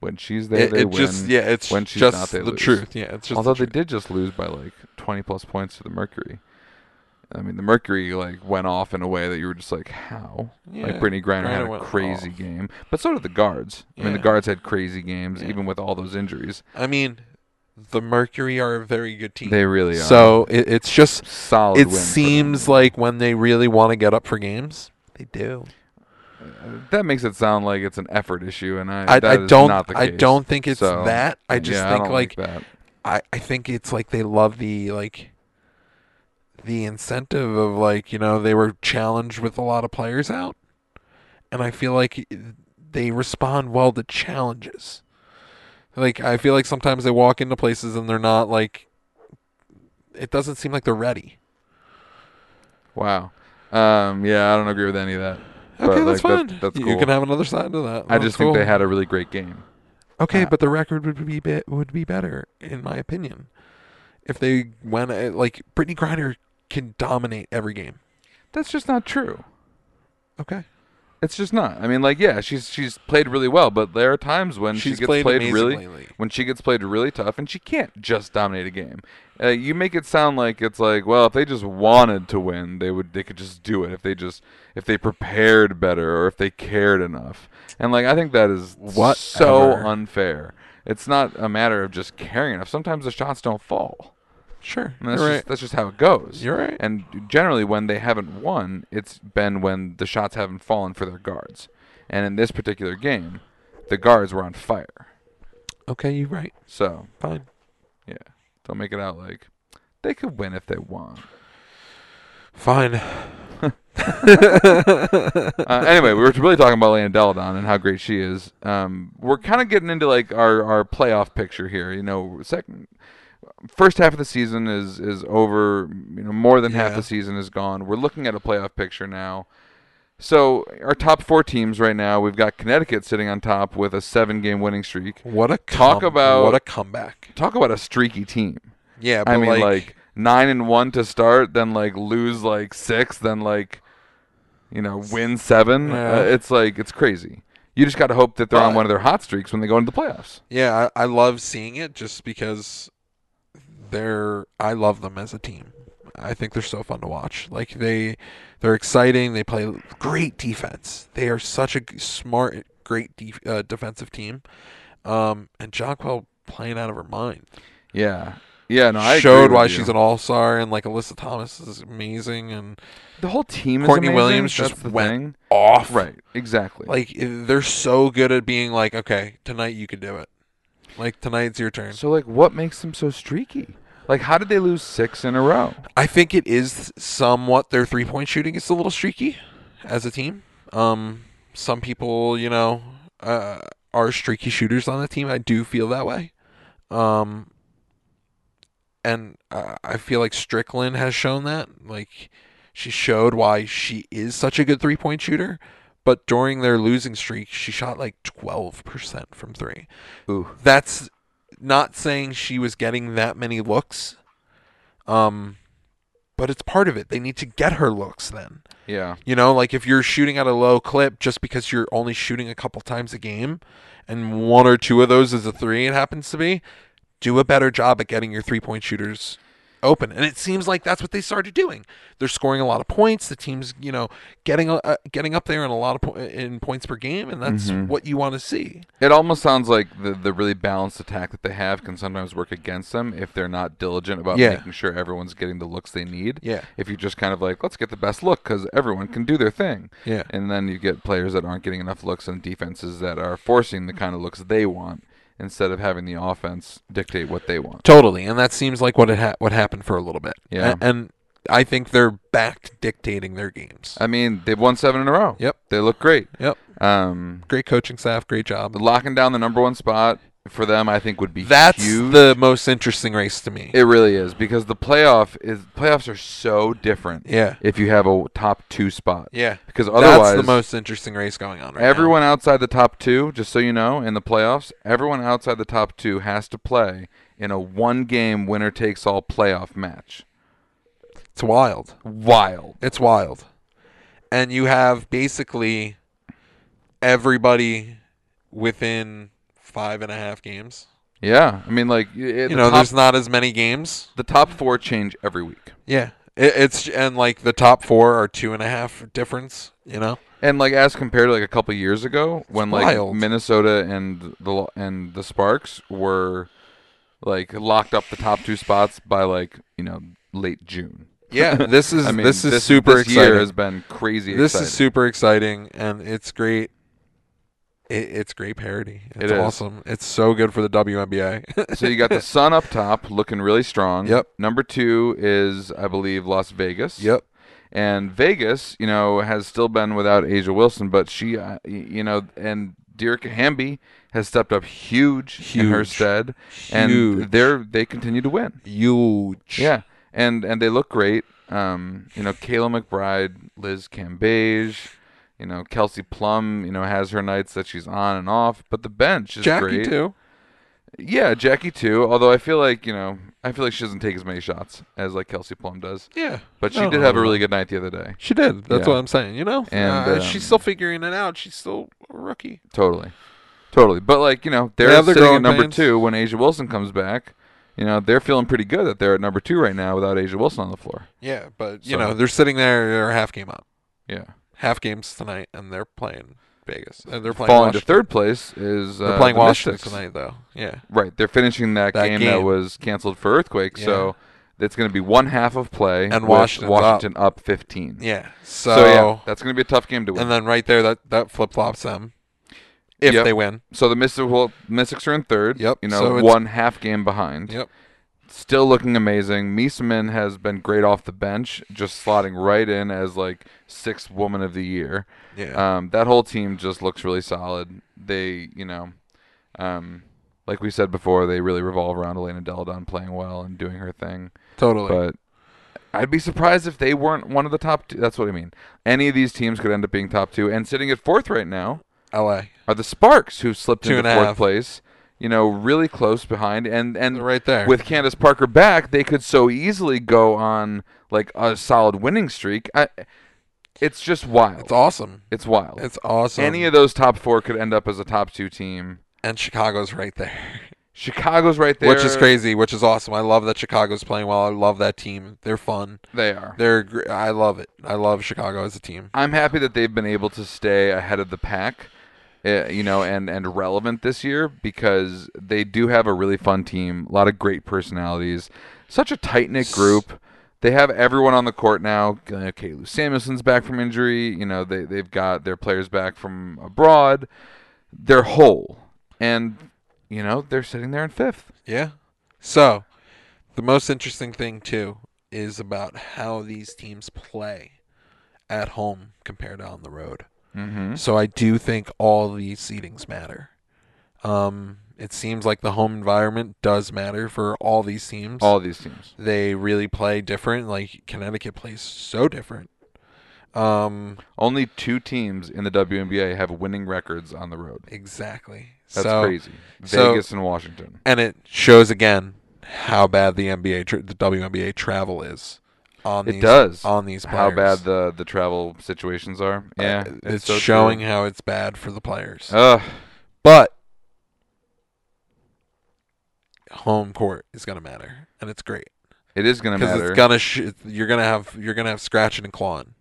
[SPEAKER 3] when she's there,
[SPEAKER 2] it,
[SPEAKER 3] they
[SPEAKER 2] it
[SPEAKER 3] win.
[SPEAKER 2] just yeah, it's
[SPEAKER 3] When she's
[SPEAKER 2] just
[SPEAKER 3] not, they
[SPEAKER 2] the
[SPEAKER 3] lose.
[SPEAKER 2] truth. Yeah, it's just
[SPEAKER 3] Although
[SPEAKER 2] the
[SPEAKER 3] they
[SPEAKER 2] truth.
[SPEAKER 3] did just lose by like 20 plus points to the Mercury. I mean, the Mercury like went off in a way that you were just like, how?
[SPEAKER 2] Yeah,
[SPEAKER 3] like Brittany Griner, had
[SPEAKER 2] Griner
[SPEAKER 3] a
[SPEAKER 2] went
[SPEAKER 3] crazy
[SPEAKER 2] off.
[SPEAKER 3] game, but so did the guards. I mean, the
[SPEAKER 2] Yeah.
[SPEAKER 3] guards had crazy games,
[SPEAKER 2] Yeah.
[SPEAKER 3] even with all those injuries.
[SPEAKER 2] I mean, the Mercury are a very good team.
[SPEAKER 3] They really are
[SPEAKER 2] so it, it's just
[SPEAKER 3] solid.
[SPEAKER 2] it
[SPEAKER 3] win for Uh,
[SPEAKER 2] seems like when they really want to get up for games, they do.
[SPEAKER 3] them. that makes it sound like it's an effort issue, and I
[SPEAKER 2] I,
[SPEAKER 3] that
[SPEAKER 2] I
[SPEAKER 3] is
[SPEAKER 2] don't
[SPEAKER 3] not the
[SPEAKER 2] I
[SPEAKER 3] case.
[SPEAKER 2] don't think it's
[SPEAKER 3] So,
[SPEAKER 2] that. I just
[SPEAKER 3] yeah,
[SPEAKER 2] think
[SPEAKER 3] don't
[SPEAKER 2] like
[SPEAKER 3] that.
[SPEAKER 2] I, I think it's like they love the like the incentive of like you know they were challenged with a lot of players out and i feel like they respond well to challenges like i feel like sometimes they walk into places and they're not like it doesn't seem like they're ready
[SPEAKER 3] Wow. Um, yeah, I don't agree with any of that. But,
[SPEAKER 2] okay that's
[SPEAKER 3] like,
[SPEAKER 2] fine
[SPEAKER 3] That's, that's
[SPEAKER 2] You-
[SPEAKER 3] cool.
[SPEAKER 2] you can have another side to that
[SPEAKER 3] I
[SPEAKER 2] That's
[SPEAKER 3] just
[SPEAKER 2] Oh, cool.
[SPEAKER 3] think they had a really great game.
[SPEAKER 2] Okay,
[SPEAKER 3] Uh,
[SPEAKER 2] but the record would be, be would be better, in my opinion, if they went at, like Brittany Griner can dominate every game.
[SPEAKER 3] That's just not true.
[SPEAKER 2] Okay,
[SPEAKER 3] It's just not. I mean, like, yeah, she's she's played really well, but there are times when she
[SPEAKER 2] She's
[SPEAKER 3] gets played,
[SPEAKER 2] played amazing
[SPEAKER 3] really
[SPEAKER 2] lately.
[SPEAKER 3] when she gets played really tough, and she can't just dominate a game. Uh, you make it sound like it's like, well, if they just wanted to win, they would they could just do it if they just if they prepared better or if they cared enough. And like, I think that is so
[SPEAKER 2] Whatever.
[SPEAKER 3] unfair. It's not a matter of just caring enough. Sometimes the shots don't fall.
[SPEAKER 2] sure,
[SPEAKER 3] And that's
[SPEAKER 2] you're
[SPEAKER 3] just
[SPEAKER 2] right.
[SPEAKER 3] that's just how it goes.
[SPEAKER 2] You're right.
[SPEAKER 3] And generally, when they haven't won, it's been when the shots haven't fallen for their guards. And in this particular game, the guards were on fire.
[SPEAKER 2] okay, you're right.
[SPEAKER 3] So
[SPEAKER 2] Fine.
[SPEAKER 3] yeah, don't make it out like they could win if they want.
[SPEAKER 2] Fine.
[SPEAKER 3] uh, anyway, we were really talking about Lana Deladon and how great she is. Um, we're kind of getting into like our, our playoff picture here. You know, second, first half of the season is is over. You know, more than half
[SPEAKER 2] Yeah.
[SPEAKER 3] the season is gone. We're looking at a playoff picture now. So our top four teams right now, we've got Connecticut sitting on top with a seven game winning streak.
[SPEAKER 2] What a
[SPEAKER 3] Talk
[SPEAKER 2] come-
[SPEAKER 3] about-
[SPEAKER 2] what a comeback.
[SPEAKER 3] Talk about a streaky team.
[SPEAKER 2] Yeah, but
[SPEAKER 3] I mean,
[SPEAKER 2] like,
[SPEAKER 3] like, nine and one to start, then like lose like six, then like you know win seven.
[SPEAKER 2] Yeah.
[SPEAKER 3] Uh, it's like it's crazy. You just got to hope that they're on
[SPEAKER 2] But-
[SPEAKER 3] one of their hot streaks when they go into the playoffs.
[SPEAKER 2] yeah, I, I love seeing it just because they're I love them as a team. I think they're so fun to watch. Like they they're exciting. They play great defense. They are such a g- smart, great def, uh, defensive team. Um, and Jonquil playing out of her mind
[SPEAKER 3] Yeah, yeah. No, I
[SPEAKER 2] showed why she's an all star, and like Alyssa Thomas is amazing and
[SPEAKER 3] the whole team.
[SPEAKER 2] Courtney
[SPEAKER 3] is amazing.
[SPEAKER 2] Williams just
[SPEAKER 3] That's the
[SPEAKER 2] went
[SPEAKER 3] thing.
[SPEAKER 2] off.
[SPEAKER 3] right. Exactly.
[SPEAKER 2] Like they're so good at being like, okay, tonight you can do it. Like tonight's your turn.
[SPEAKER 3] so, like, what makes them so streaky? Like, how did they lose six in a row?
[SPEAKER 2] I think it is somewhat their three point shooting is a little streaky as a team. Um, some people, you know, uh, are streaky shooters on the team. I do feel that way. Um, and uh, I feel like Strickland has shown that. Like, she showed why she is such a good three point shooter. But during their losing streak, she shot like 12% from three
[SPEAKER 3] Ooh,
[SPEAKER 2] that's not saying she was getting that many looks. Um but it's part of it. They need to get her looks then.
[SPEAKER 3] yeah,
[SPEAKER 2] You know, like if you're shooting at a low clip just because you're only shooting a couple times a game and one or two of those is a three it happens to be, do a better job at getting your three-point shooters open. And it seems like that's what they started doing. They're scoring a lot of points. The team's you know getting uh, getting up there in a lot of po- in points per game, and that's what you want to see.
[SPEAKER 3] It almost sounds like the, the really balanced attack that they have can sometimes work against them if they're not diligent about
[SPEAKER 2] Yeah.
[SPEAKER 3] making sure everyone's getting the looks they need.
[SPEAKER 2] Yeah.
[SPEAKER 3] If you just kind of like, let's get the best look because everyone can do their thing.
[SPEAKER 2] Yeah.
[SPEAKER 3] And then you get players that aren't getting enough looks and defenses that are forcing the kind of looks they want instead of having the offense dictate what they want.
[SPEAKER 2] Totally, and that seems like what it ha- what happened for a little bit.
[SPEAKER 3] Yeah.
[SPEAKER 2] A- and I think they're back to dictating their games.
[SPEAKER 3] I mean, they've won seven in a row.
[SPEAKER 2] Yep.
[SPEAKER 3] They look great.
[SPEAKER 2] Yep,
[SPEAKER 3] Um,
[SPEAKER 2] great coaching staff, great job.
[SPEAKER 3] locking down the number one spot for them, I think, would be
[SPEAKER 2] That's
[SPEAKER 3] huge.
[SPEAKER 2] the most interesting race to me.
[SPEAKER 3] It really is because the playoff is playoffs are so different.
[SPEAKER 2] Yeah.
[SPEAKER 3] If you have a top two spot.
[SPEAKER 2] yeah,
[SPEAKER 3] Because otherwise,
[SPEAKER 2] that's the most interesting race going on right now.
[SPEAKER 3] everyone outside the top two, just so you know, in the playoffs, everyone outside the top two has to play in a one-game winner-takes-all playoff match.
[SPEAKER 2] It's wild.
[SPEAKER 3] Wild.
[SPEAKER 2] It's wild. And you have basically everybody within five and a half games.
[SPEAKER 3] Yeah. I mean, like it,
[SPEAKER 2] You
[SPEAKER 3] the
[SPEAKER 2] know,
[SPEAKER 3] top-
[SPEAKER 2] there's not as many games.
[SPEAKER 3] the top four change every week.
[SPEAKER 2] Yeah. It, it's and like the top four are two and a half difference. You know,
[SPEAKER 3] And like as compared to like a couple years ago, when like
[SPEAKER 2] wild.
[SPEAKER 3] Minnesota and the and the Sparks were like locked up the top two spots by like you know late June.
[SPEAKER 2] Yeah, this is-
[SPEAKER 3] I mean,
[SPEAKER 2] this is super
[SPEAKER 3] this
[SPEAKER 2] exciting.
[SPEAKER 3] Year has been crazy.
[SPEAKER 2] this
[SPEAKER 3] exciting.
[SPEAKER 2] is super exciting and it's great. It, it's great parody. It's
[SPEAKER 3] is.
[SPEAKER 2] awesome. It's so good for the WNBA.
[SPEAKER 3] so you got the Sun up top, looking really strong.
[SPEAKER 2] Yep.
[SPEAKER 3] Number two is I believe Las Vegas.
[SPEAKER 2] yep.
[SPEAKER 3] And Vegas, you know, has still been without Asia Wilson, but she, uh, y- you know, and Derica Hamby has stepped up huge, in her
[SPEAKER 2] Huge.
[SPEAKER 3] stead,
[SPEAKER 2] Huge.
[SPEAKER 3] and they're they continue to win.
[SPEAKER 2] Huge.
[SPEAKER 3] Yeah, and and they look great. Um, you know, Kayla McBride, Liz Cambage, you know, Kelsey Plum, you know, has her nights that she's on and off, but the bench is
[SPEAKER 2] Jackie
[SPEAKER 3] great.
[SPEAKER 2] too.
[SPEAKER 3] Yeah, Jackie too. Although I feel like you know, I feel like she doesn't take as many shots as like Kelsey Plum does.
[SPEAKER 2] Yeah.
[SPEAKER 3] But she
[SPEAKER 2] No,
[SPEAKER 3] did
[SPEAKER 2] no,
[SPEAKER 3] have a
[SPEAKER 2] no.
[SPEAKER 3] really good night the other day.
[SPEAKER 2] She did. That's
[SPEAKER 3] Yeah.
[SPEAKER 2] what I'm saying. You know,
[SPEAKER 3] And,
[SPEAKER 2] uh, she's
[SPEAKER 3] um,
[SPEAKER 2] still figuring it out. She's still a rookie.
[SPEAKER 3] Totally, totally. But like you know, they're
[SPEAKER 2] They have their
[SPEAKER 3] sitting at
[SPEAKER 2] growing
[SPEAKER 3] number
[SPEAKER 2] pains.
[SPEAKER 3] two when Asia Wilson comes back. You know, they're feeling pretty good that they're at number two right now without Asia Wilson on the floor.
[SPEAKER 2] Yeah, but you
[SPEAKER 3] So-
[SPEAKER 2] know they're sitting there. They're a half game up.
[SPEAKER 3] Yeah,
[SPEAKER 2] Half games tonight, and they're playing Vegas. And they're playing.
[SPEAKER 3] falling to
[SPEAKER 2] Washington.
[SPEAKER 3] third place is uh,
[SPEAKER 2] They're playing
[SPEAKER 3] the
[SPEAKER 2] Washington
[SPEAKER 3] Mystics.
[SPEAKER 2] tonight, though. Yeah.
[SPEAKER 3] Right, they're finishing that,
[SPEAKER 2] That
[SPEAKER 3] game, that
[SPEAKER 2] game.
[SPEAKER 3] was canceled for earthquake. So it's going to be one half of play
[SPEAKER 2] And
[SPEAKER 3] with
[SPEAKER 2] Washington's up.
[SPEAKER 3] Washington up. fifteen.
[SPEAKER 2] Yeah. So,
[SPEAKER 3] So, yeah, that's going to be a tough game to win.
[SPEAKER 2] and then right there, that that flip flops them if
[SPEAKER 3] Yep.
[SPEAKER 2] they win.
[SPEAKER 3] so the Mystics, well, Mystics are in third.
[SPEAKER 2] Yep,
[SPEAKER 3] You know,
[SPEAKER 2] so it's-
[SPEAKER 3] one half game behind.
[SPEAKER 2] Yep.
[SPEAKER 3] still looking amazing. Miesman has been great off the bench, just slotting right in as like sixth woman of the year.
[SPEAKER 2] Yeah.
[SPEAKER 3] Um, that whole team just looks really solid. They, you know, um, like we said before, they really revolve around Elena Deladon playing well and doing her thing.
[SPEAKER 2] totally.
[SPEAKER 3] But I'd be surprised if they weren't one of the top two. That's what I mean. Any of these teams could end up being top two. And sitting at fourth right now
[SPEAKER 2] L.A.
[SPEAKER 3] are the Sparks, who slipped
[SPEAKER 2] Two
[SPEAKER 3] into
[SPEAKER 2] and a
[SPEAKER 3] fourth
[SPEAKER 2] half.
[SPEAKER 3] place. You know, really close behind, and and
[SPEAKER 2] They're right there.
[SPEAKER 3] with Candace Parker back, they could so easily go on like a solid winning streak. I, it's just wild.
[SPEAKER 2] it's awesome.
[SPEAKER 3] It's wild.
[SPEAKER 2] It's um awesome.
[SPEAKER 3] Any of those top four could end up as a top two team.
[SPEAKER 2] and Chicago's right there.
[SPEAKER 3] Chicago's right there,
[SPEAKER 2] which is crazy, which is awesome. I love that Chicago's playing well. I love that team. They're fun.
[SPEAKER 3] They are.
[SPEAKER 2] They're gr- I love it. I love Chicago as a team.
[SPEAKER 3] I'm happy that they've been able to stay ahead of the pack, uh, you know, and and relevant this year because they do have a really fun team, a lot of great personalities, such a tight knit group. They have everyone on the court now. Uh, Okay, Lou Samuelson's back from injury. You know, they they've got their players back from abroad. They're whole, and you know they're sitting there in fifth.
[SPEAKER 2] Yeah. So, the most interesting thing too is about how these teams play at home compared to on the road.
[SPEAKER 3] Mm-hmm.
[SPEAKER 2] So I do think all these seedings matter. Um, it seems like the home environment does matter for all these teams.
[SPEAKER 3] All these teams.
[SPEAKER 2] they really play different. Like Connecticut plays so different. Um,
[SPEAKER 3] Only two teams in the WNBA have winning records on the road.
[SPEAKER 2] exactly.
[SPEAKER 3] That's
[SPEAKER 2] so,
[SPEAKER 3] crazy.
[SPEAKER 2] so-
[SPEAKER 3] Vegas and Washington.
[SPEAKER 2] and it shows again how bad the NBA, tr the WNBA travel is on
[SPEAKER 3] It
[SPEAKER 2] these.
[SPEAKER 3] does.
[SPEAKER 2] on these players.
[SPEAKER 3] How bad the, the travel situations are. Yeah,
[SPEAKER 2] Uh, it's,
[SPEAKER 3] so
[SPEAKER 2] showing
[SPEAKER 3] True. Uh,
[SPEAKER 2] how it's bad for the players.
[SPEAKER 3] Ugh,
[SPEAKER 2] but home court is going to matter, and it's great.
[SPEAKER 3] It is gonna
[SPEAKER 2] because
[SPEAKER 3] matter.
[SPEAKER 2] it's gonna sh- you're gonna have you're gonna have scratching and clawing,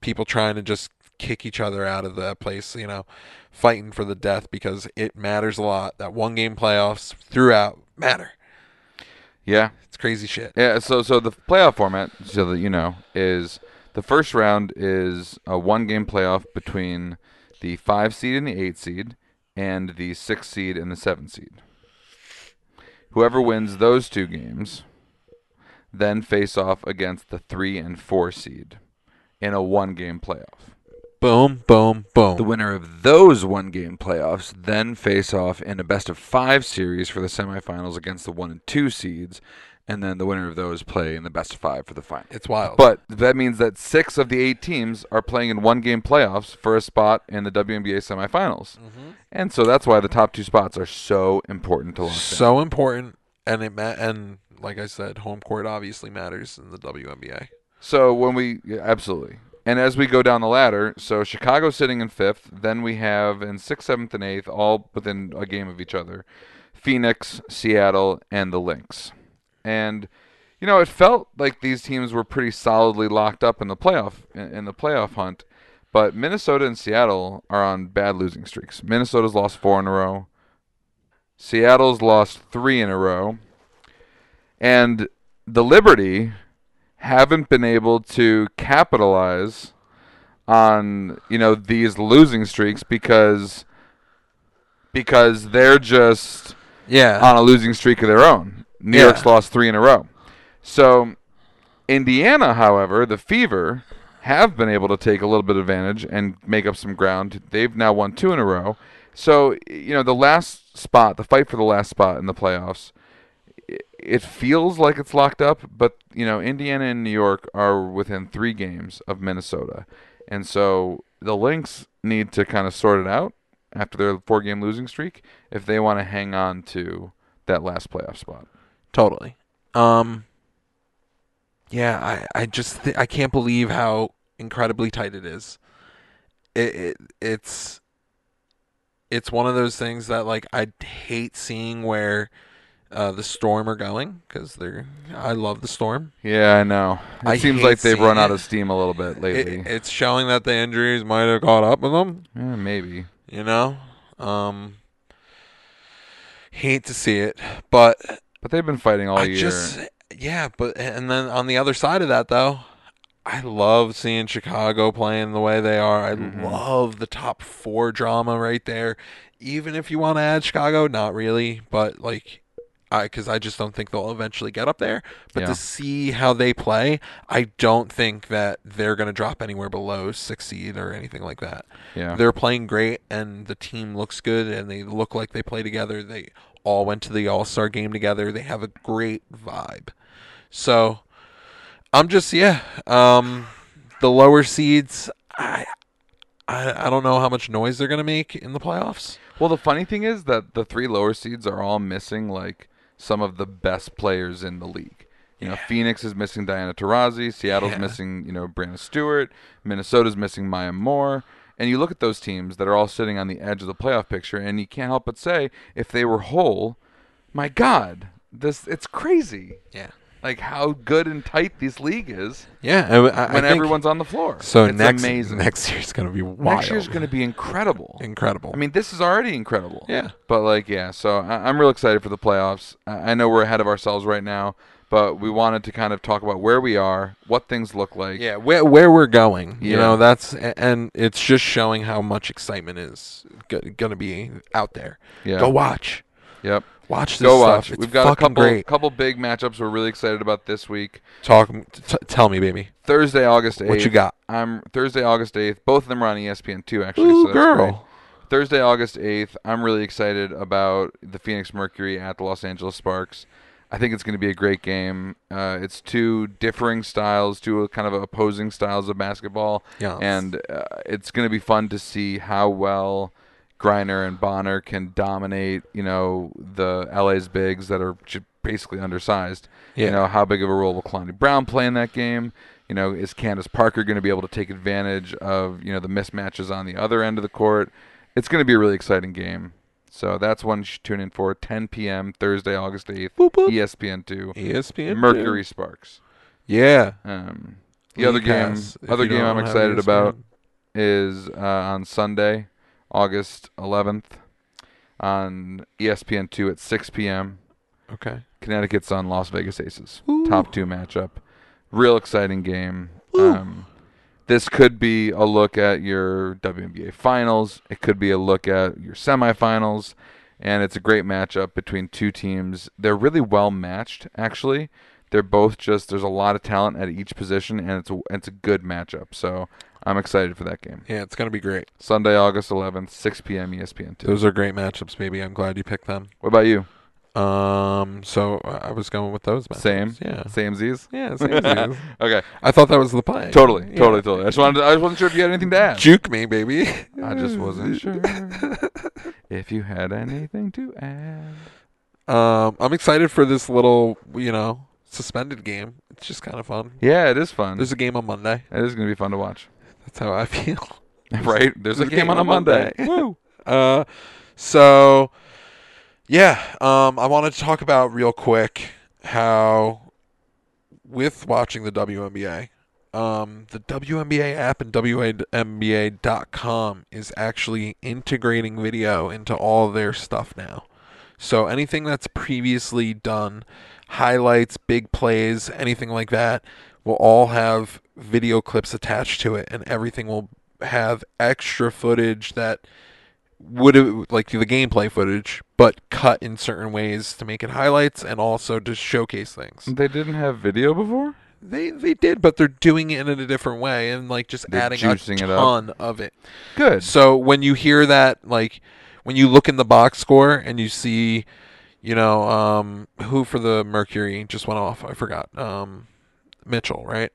[SPEAKER 2] people trying to just kick each other out of the place, you know, fighting for the death because it matters a lot. That one game playoffs throughout matter.
[SPEAKER 3] yeah,
[SPEAKER 2] It's crazy shit.
[SPEAKER 3] yeah. So so the playoff format, so that you know, is the first round is a one game playoff between the five seed and the eight seed, and the six seed and the seven seed. Whoever wins those two games, then face off against the three and four seed in a one game playoff.
[SPEAKER 2] Boom, boom, boom.
[SPEAKER 3] The winner of those one game playoffs then face off in a best of five series for the semifinals against the one and two seeds, and then the winner of those play in the best of five for the final.
[SPEAKER 2] it's wild.
[SPEAKER 3] But that means that six of the eight teams are playing in one game playoffs for a spot in the WNBA semifinals. And so that's why the top two spots are so important to lock down.
[SPEAKER 2] so important, and it ma- and like I said, home court obviously matters in the WNBA.
[SPEAKER 3] So when we yeah, absolutely, and as we go down the ladder, so Chicago sitting in fifth, then we have in sixth, seventh, and eighth, all within a game of each other, Phoenix, Seattle, and the Lynx, and you know it felt like these teams were pretty solidly locked up in the playoff in in the playoff hunt, but Minnesota and Seattle are on bad losing streaks. Minnesota's lost four in a row. Seattle's lost three in a row. And the Liberty haven't been able to capitalize on you know these losing streaks because because they're just
[SPEAKER 2] Yeah,
[SPEAKER 3] on a losing streak of their own. New
[SPEAKER 2] Yeah.
[SPEAKER 3] York's lost three in a row. So Indiana, however, the Fever have been able to take a little bit of advantage and make up some ground. They've now won two in a row. So you know the last spot, the fight for the last spot in the playoffs, i- it feels like it's locked up. But you know Indiana and New York are within three games of Minnesota, and so the Lynx need to kind of sort it out after their four-game losing streak if they want to hang on to that last playoff spot.
[SPEAKER 2] totally. Um, yeah, I I just th- I can't believe how incredibly tight it is. It, it it's it's one of those things that like I hate seeing where uh, the storm are going because they're I love the storm.
[SPEAKER 3] Yeah, I know. It
[SPEAKER 2] I
[SPEAKER 3] seems
[SPEAKER 2] hate
[SPEAKER 3] like they've
[SPEAKER 2] seeing
[SPEAKER 3] run
[SPEAKER 2] it.
[SPEAKER 3] out of steam a little bit
[SPEAKER 2] it,
[SPEAKER 3] lately.
[SPEAKER 2] it's showing that the injuries might have caught up with them.
[SPEAKER 3] Eh, maybe.
[SPEAKER 2] You know, um, hate to see it, but
[SPEAKER 3] But they've been fighting all
[SPEAKER 2] I
[SPEAKER 3] year.
[SPEAKER 2] just yeah. But and then on the other side of that though, I love seeing Chicago playing the way they are. I
[SPEAKER 3] Mhm.
[SPEAKER 2] love the top four drama right there. Even if you want to add Chicago, not really, but like. I, because I just don't think they'll eventually get up there. But
[SPEAKER 3] Yeah.
[SPEAKER 2] to see how they play, I don't think that they're going to drop anywhere below six seed or anything like that
[SPEAKER 3] yeah.
[SPEAKER 2] they're playing great and the team looks good and they look like they play together. They all went to the All Star game together. They have a great vibe. So I'm just yeah. Um, the lower seeds, I, I I don't know how much noise they're gonna make in the playoffs.
[SPEAKER 3] Well, the funny thing is that the three lower seeds are all missing like some of the best players in the league. You know, Phoenix is missing Diana Taurasi, Seattle's
[SPEAKER 2] Yeah.
[SPEAKER 3] missing you know Brianna Stewart, Minnesota's missing Maya Moore, and you look at those teams that are all sitting on the edge of the playoff picture, and you can't help but say if they were whole, my God, this it's crazy.
[SPEAKER 2] Yeah.
[SPEAKER 3] Like how good and tight this league is
[SPEAKER 2] Yeah, I, I- I
[SPEAKER 3] when
[SPEAKER 2] think-
[SPEAKER 3] everyone's on the floor.
[SPEAKER 2] so
[SPEAKER 3] it's
[SPEAKER 2] next
[SPEAKER 3] amazing.
[SPEAKER 2] next year's gonna be wild.
[SPEAKER 3] Next year's going to be incredible.
[SPEAKER 2] incredible.
[SPEAKER 3] I mean, this is already incredible.
[SPEAKER 2] yeah,
[SPEAKER 3] But like, yeah. So I- I'm real excited for the playoffs. I-, I know we're ahead of ourselves right now, but we wanted to kind of talk about where we are, what things look like.
[SPEAKER 2] yeah. Where where we're going, you
[SPEAKER 3] Yeah.
[SPEAKER 2] know, that's a- and it's just showing how much excitement is g- gonna be out there.
[SPEAKER 3] Yeah.
[SPEAKER 2] Go watch.
[SPEAKER 3] Yep.
[SPEAKER 2] Watch this
[SPEAKER 3] Go
[SPEAKER 2] stuff.
[SPEAKER 3] watch.
[SPEAKER 2] It's
[SPEAKER 3] We've got a
[SPEAKER 2] fucking
[SPEAKER 3] couple
[SPEAKER 2] great.
[SPEAKER 3] couple big matchups we're really excited about this week.
[SPEAKER 2] Talk. T- tell me, baby.
[SPEAKER 3] Thursday, August 8th.
[SPEAKER 2] What you got?
[SPEAKER 3] I'm Thursday, August 8th. Both of them are on E ESPN2 actually.
[SPEAKER 2] Ooh,
[SPEAKER 3] so that's great.
[SPEAKER 2] girl.
[SPEAKER 3] Thursday, August 8th. I'm really excited about the Phoenix Mercury at the Los Angeles Sparks. I think it's going to be a great game. Uh, it's two different styles, two kind of opposing styles of basketball,
[SPEAKER 2] Yeah.
[SPEAKER 3] and uh, it's going to be fun to see how well Griner and Bonner can dominate. You know the LA's bigs that are j- basically undersized.
[SPEAKER 2] Yeah.
[SPEAKER 3] You know how big of a role will Kalani Brown play in that game? You know is Candace Parker going to be able to take advantage of you know the mismatches on the other end of the court? It's going to be a really exciting game. So that's one you should tune in for 10 p.m. Thursday, August E 8th,
[SPEAKER 2] Boop, E boop.
[SPEAKER 3] ESPN2,
[SPEAKER 2] ESPN.
[SPEAKER 3] Mercury Sparks.
[SPEAKER 2] Yeah.
[SPEAKER 3] Um, the other game,
[SPEAKER 2] Pass, if
[SPEAKER 3] other
[SPEAKER 2] you
[SPEAKER 3] game I'm
[SPEAKER 2] don't have E
[SPEAKER 3] excited
[SPEAKER 2] ESPN.
[SPEAKER 3] about is uh, on Sunday, August 11th, on E ESPN2 at 6 p.m.
[SPEAKER 2] Okay.
[SPEAKER 3] Connecticut's on Las Vegas Aces.
[SPEAKER 2] Ooh.
[SPEAKER 3] Top two matchup. Real exciting game.
[SPEAKER 2] Ooh.
[SPEAKER 3] Um, this could be a look at your WNBA finals. It could be a look at your semifinals. And it's a great matchup between two teams. They're really well matched, actually. They're both just, there's a lot of talent at each position, and it's a, it's a good matchup. So I'm excited for that game.
[SPEAKER 2] Yeah, it's gonna be great.
[SPEAKER 3] Sunday, August 11th, 6 p.m. ESPN2.
[SPEAKER 2] Those are great matchups, baby. I'm glad you picked them.
[SPEAKER 3] what about you?
[SPEAKER 2] Um, so I I was going with those. Matchups.
[SPEAKER 3] Same?
[SPEAKER 2] Yeah.
[SPEAKER 3] Same Z's?
[SPEAKER 2] Yeah. Same as you.
[SPEAKER 3] Okay.
[SPEAKER 2] I thought that was the play.
[SPEAKER 3] Totally,
[SPEAKER 2] Yeah.
[SPEAKER 3] totally, totally. I just wanted, to, I just wasn't sure if you had anything to add.
[SPEAKER 2] Juke me, baby.
[SPEAKER 3] I just wasn't sure if you had anything to add.
[SPEAKER 2] Um, I'm excited for this little, you know, suspended game. It's just kind of fun.
[SPEAKER 3] Yeah, it is fun.
[SPEAKER 2] There's a game on Monday.
[SPEAKER 3] it is going to be fun to watch,
[SPEAKER 2] That's how I feel.
[SPEAKER 3] right? There's, a, game, on a Monday.
[SPEAKER 2] Woo. Uh, so yeah, um, I wanted to talk about real quick how with watching the WNBA, um, the WNBA app and WNBA.com is actually integrating video into all their stuff now. So anything that's previously done, highlights, big plays, anything like that, will all have video clips attached to it, and everything will have extra footage that would have like the gameplay footage, but cut in certain ways to make it highlights and also to showcase things.
[SPEAKER 3] They didn't have video before.
[SPEAKER 2] They they did, but they're doing it in a different way and like just
[SPEAKER 3] They're
[SPEAKER 2] adding a
[SPEAKER 3] juicing it up.
[SPEAKER 2] ton of it.
[SPEAKER 3] Good.
[SPEAKER 2] So when you hear that, like when you look in the box score and you see, you know, um, who for the Mercury just went off. I forgot. Um, Mitchell, right?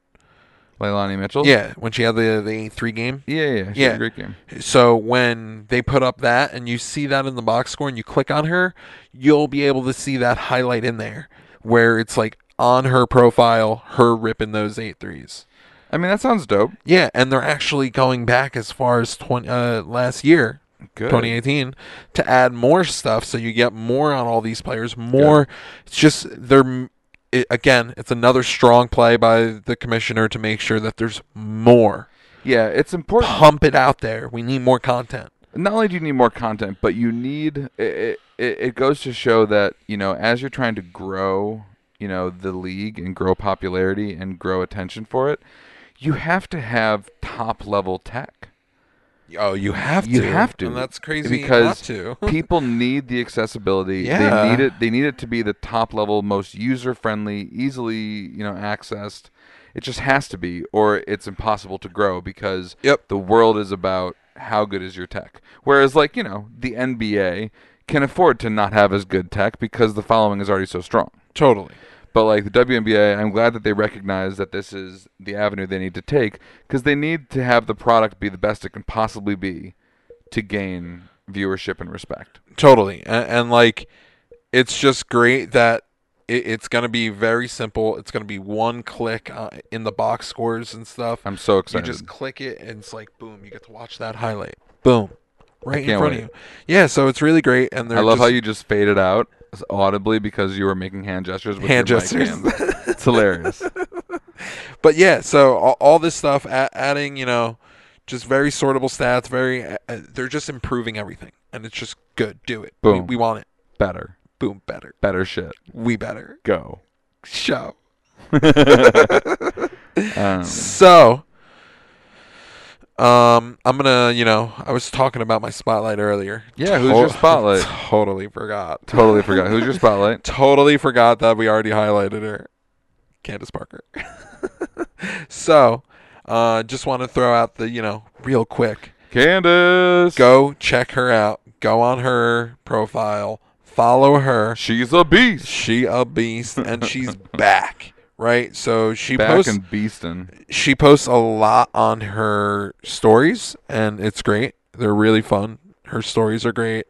[SPEAKER 3] Leilani Mitchell.
[SPEAKER 2] Yeah, when she had the the three game.
[SPEAKER 3] yeah, yeah. yeah. She had
[SPEAKER 2] Yeah.
[SPEAKER 3] a great game.
[SPEAKER 2] So when they put up that and you see that in the box score and you click on her, you'll be able to see that highlight in there where it's like on her profile, her ripping those eight threes.
[SPEAKER 3] I mean, that sounds dope.
[SPEAKER 2] Yeah, and they're actually going back as far as 20, uh, last year,
[SPEAKER 3] Good.
[SPEAKER 2] 2018, to add more stuff so you get more on all these players. More, it's just they're it, again, it's another strong play by the commissioner to make sure that there's more.
[SPEAKER 3] Yeah, it's important.
[SPEAKER 2] Pump it out there. We need more content.
[SPEAKER 3] not only do you need more content, but you need it, it. It goes to show that you know, as you're trying to grow, you know, the league and grow popularity and grow attention for it, you have to have top level tech.
[SPEAKER 2] Oh, you have
[SPEAKER 3] You
[SPEAKER 2] to.
[SPEAKER 3] have to,
[SPEAKER 2] And that's crazy
[SPEAKER 3] because
[SPEAKER 2] not to.
[SPEAKER 3] People need the accessibility.
[SPEAKER 2] Yeah.
[SPEAKER 3] They need it. They need it to be the top level, most user friendly, easily you know accessed. It just has to be, or it's impossible to grow because
[SPEAKER 2] Yep.
[SPEAKER 3] the world is about how good is your tech. Whereas, like you know, the NBA can afford to not have as good tech because the following is already so strong.
[SPEAKER 2] totally.
[SPEAKER 3] But like the WNBA, I'm glad that they recognize that this is the avenue they need to take because they need to have the product be the best it can possibly be to gain viewership and respect.
[SPEAKER 2] Totally. And, and like, it's just great that it, it's going to be very simple. It's going to be one click uh, in the box scores and stuff.
[SPEAKER 3] I'm so
[SPEAKER 2] You
[SPEAKER 3] excited.
[SPEAKER 2] just click it, and it's like, boom, you get to watch that highlight. Boom. Right in
[SPEAKER 3] can't
[SPEAKER 2] front of you. Yeah, so it's really great. And they're
[SPEAKER 3] I love
[SPEAKER 2] just
[SPEAKER 3] how you just faded out audibly because you were making hand gestures with
[SPEAKER 2] hand
[SPEAKER 3] your
[SPEAKER 2] gestures.
[SPEAKER 3] Mic hand. It's hilarious.
[SPEAKER 2] but yeah, so all, all this stuff, a- adding, you know, just very sortable stats, very, uh, uh, they're just improving everything. And it's just good. Do it. We-
[SPEAKER 3] Boom.
[SPEAKER 2] we want it.
[SPEAKER 3] Better.
[SPEAKER 2] Boom, better.
[SPEAKER 3] Better shit.
[SPEAKER 2] We better.
[SPEAKER 3] Go.
[SPEAKER 2] show.
[SPEAKER 3] Um,
[SPEAKER 2] So, um, I'm gonna, you know, I was talking about my spotlight earlier.
[SPEAKER 3] Yeah, who's your spotlight?
[SPEAKER 2] Totally forgot.
[SPEAKER 3] totally forgot. Who's your spotlight?
[SPEAKER 2] Totally forgot that we already highlighted her, Candace Parker. so, uh, just want to throw out the, you know, real quick.
[SPEAKER 3] Candace.
[SPEAKER 2] Go check her out. Go on her profile. Follow her.
[SPEAKER 3] She's a beast.
[SPEAKER 2] She a beast, and she's back. Right, so she
[SPEAKER 3] Back
[SPEAKER 2] posts
[SPEAKER 3] in Beastin.
[SPEAKER 2] she posts a lot on her stories and it's great they're really fun her stories are great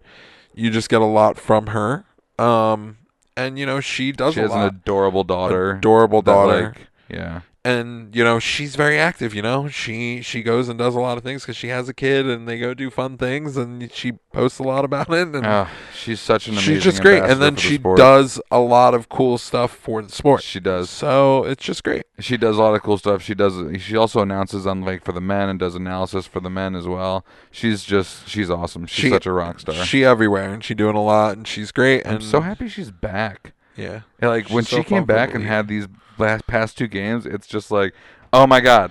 [SPEAKER 2] you just get a lot from her um and you know she does
[SPEAKER 3] She
[SPEAKER 2] a
[SPEAKER 3] has an
[SPEAKER 2] lot
[SPEAKER 3] adorable daughter.
[SPEAKER 2] adorable
[SPEAKER 3] that,
[SPEAKER 2] daughter
[SPEAKER 3] like, yeah.
[SPEAKER 2] and you know she's very active you know she she goes and does a lot of things because she has a kid and they go do fun things and she posts a lot about it and
[SPEAKER 3] Ah, she's such an amazing
[SPEAKER 2] Um, she's just great and
[SPEAKER 3] ambassador
[SPEAKER 2] then
[SPEAKER 3] for the
[SPEAKER 2] she
[SPEAKER 3] sport.
[SPEAKER 2] does a lot of cool stuff for the sport
[SPEAKER 3] She does.
[SPEAKER 2] so it's just great
[SPEAKER 3] She does a lot of cool stuff. She does. She also announces on like for the men and does analysis for the men as well. She's just she's awesome. She's
[SPEAKER 2] She-
[SPEAKER 3] such a rock star.
[SPEAKER 2] she everywhere and she doing a lot and she's great
[SPEAKER 3] I'm
[SPEAKER 2] and
[SPEAKER 3] so happy she's back.
[SPEAKER 2] yeah
[SPEAKER 3] And, like when
[SPEAKER 2] She's so
[SPEAKER 3] she
[SPEAKER 2] fun
[SPEAKER 3] came
[SPEAKER 2] for the
[SPEAKER 3] back and
[SPEAKER 2] league.
[SPEAKER 3] had these last past two games, it's just like, oh my god,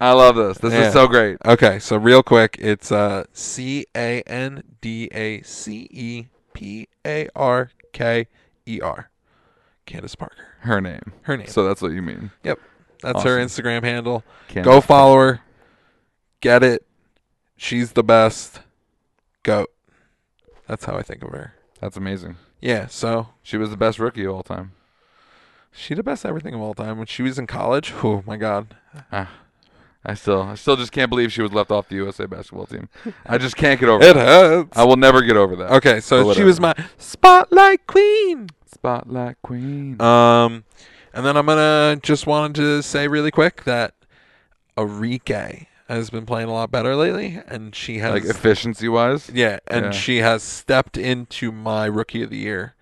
[SPEAKER 3] I love this. This
[SPEAKER 2] Yeah.
[SPEAKER 3] is so great.
[SPEAKER 2] okay so real quick it's uh E c-a-n-d-a-c-e-p-a-r-k-e-r E candace parker
[SPEAKER 3] Her name.
[SPEAKER 2] her name
[SPEAKER 3] So that's what you mean.
[SPEAKER 2] that's her instagram handle
[SPEAKER 3] Can't
[SPEAKER 2] Go follow her. Get it. She's the best. Goat. That's how I think of her.
[SPEAKER 3] That's amazing.
[SPEAKER 2] Yeah, so
[SPEAKER 3] She was the best rookie of all time.
[SPEAKER 2] she the best everything of all time. When she was in college, oh my god.
[SPEAKER 3] I still, I still just can't believe she was left off the USA basketball team. I just can't get over
[SPEAKER 2] It
[SPEAKER 3] it.
[SPEAKER 2] hurts.
[SPEAKER 3] I will never get over that.
[SPEAKER 2] Okay, so
[SPEAKER 3] But
[SPEAKER 2] she was my
[SPEAKER 3] whatever.
[SPEAKER 2] spotlight queen.
[SPEAKER 3] Spotlight queen.
[SPEAKER 2] Um and then I'm gonna just wanted to say really quick that Arike has been playing a lot better lately and she has
[SPEAKER 3] like efficiency wise,
[SPEAKER 2] Yeah, and
[SPEAKER 3] Yeah.
[SPEAKER 2] she has stepped into my rookie of the year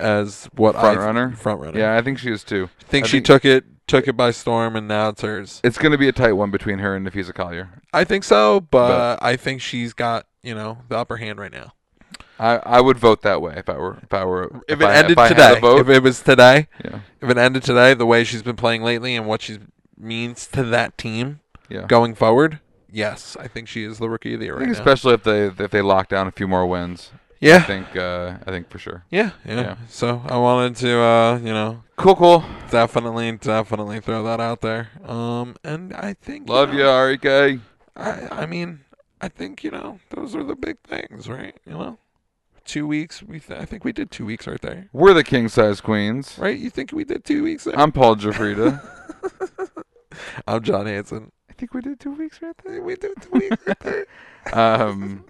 [SPEAKER 2] as what
[SPEAKER 3] front
[SPEAKER 2] I
[SPEAKER 3] runner.
[SPEAKER 2] front runner.
[SPEAKER 3] Yeah, I think she is too.
[SPEAKER 2] I think
[SPEAKER 3] I
[SPEAKER 2] she
[SPEAKER 3] think-
[SPEAKER 2] took it took it by storm, and now it's hers.
[SPEAKER 3] It's going to be a tight one between her and Nafisa Collier.
[SPEAKER 2] I think so, but,
[SPEAKER 3] But-
[SPEAKER 2] I think she's got you know the upper hand right now.
[SPEAKER 3] I, I would vote that way if I were if I were
[SPEAKER 2] If, it
[SPEAKER 3] I,
[SPEAKER 2] ended
[SPEAKER 3] I had
[SPEAKER 2] today,
[SPEAKER 3] a vote.
[SPEAKER 2] if it was today,
[SPEAKER 3] yeah,
[SPEAKER 2] if it ended today, the way she's been playing lately and what she means to that team
[SPEAKER 3] yeah.
[SPEAKER 2] going forward, yes, I think she is the rookie of the year
[SPEAKER 3] I
[SPEAKER 2] right
[SPEAKER 3] think
[SPEAKER 2] now.
[SPEAKER 3] especially if they if they lock down a few more wins. I
[SPEAKER 2] yeah.
[SPEAKER 3] think uh, I think for sure.
[SPEAKER 2] yeah, yeah,
[SPEAKER 3] Yeah.
[SPEAKER 2] So I wanted to, uh, you know,
[SPEAKER 3] Cool, cool.
[SPEAKER 2] definitely, definitely throw that out there. Um, and I think
[SPEAKER 3] Love E
[SPEAKER 2] you.
[SPEAKER 3] you,
[SPEAKER 2] know,
[SPEAKER 3] Arike.
[SPEAKER 2] I I mean, I think you know those are the big things, right? You know, two weeks. We th- I think we did two weeks right there,
[SPEAKER 3] We're the king size queens.
[SPEAKER 2] right? You think we did two weeks? There?
[SPEAKER 3] I'm Paul Jafrida.
[SPEAKER 2] I'm John Hanson.
[SPEAKER 3] I think we did two weeks right there.
[SPEAKER 2] We did two weeks right there.
[SPEAKER 3] Um,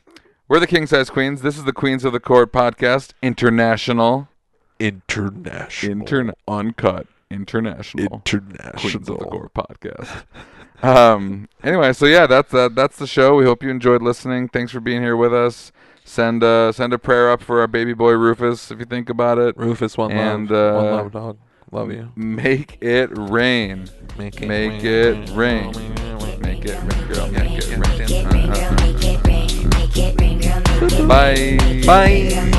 [SPEAKER 3] we're the king size queens. This is the Queens of the Court podcast, international,
[SPEAKER 2] International.
[SPEAKER 3] intern, uncut, international.
[SPEAKER 2] International.
[SPEAKER 3] Queens of the Court podcast. um. Anyway, so yeah, that's uh, that's the show. We hope you enjoyed listening. Thanks for being here with us. Send uh, send a prayer up for our baby boy Rufus if you think about it.
[SPEAKER 2] Rufus, one
[SPEAKER 3] And,
[SPEAKER 2] love. one
[SPEAKER 3] uh,
[SPEAKER 2] love, dog. Love you.
[SPEAKER 3] Make it rain.
[SPEAKER 2] Make
[SPEAKER 3] Make it rain. Make it rain, girl. Make it rain. Uh, uh, uh, uh, uh.
[SPEAKER 1] Make it rain, girl. Make it rain, girl. Make it rain, girl.
[SPEAKER 3] Bye.
[SPEAKER 2] Bye.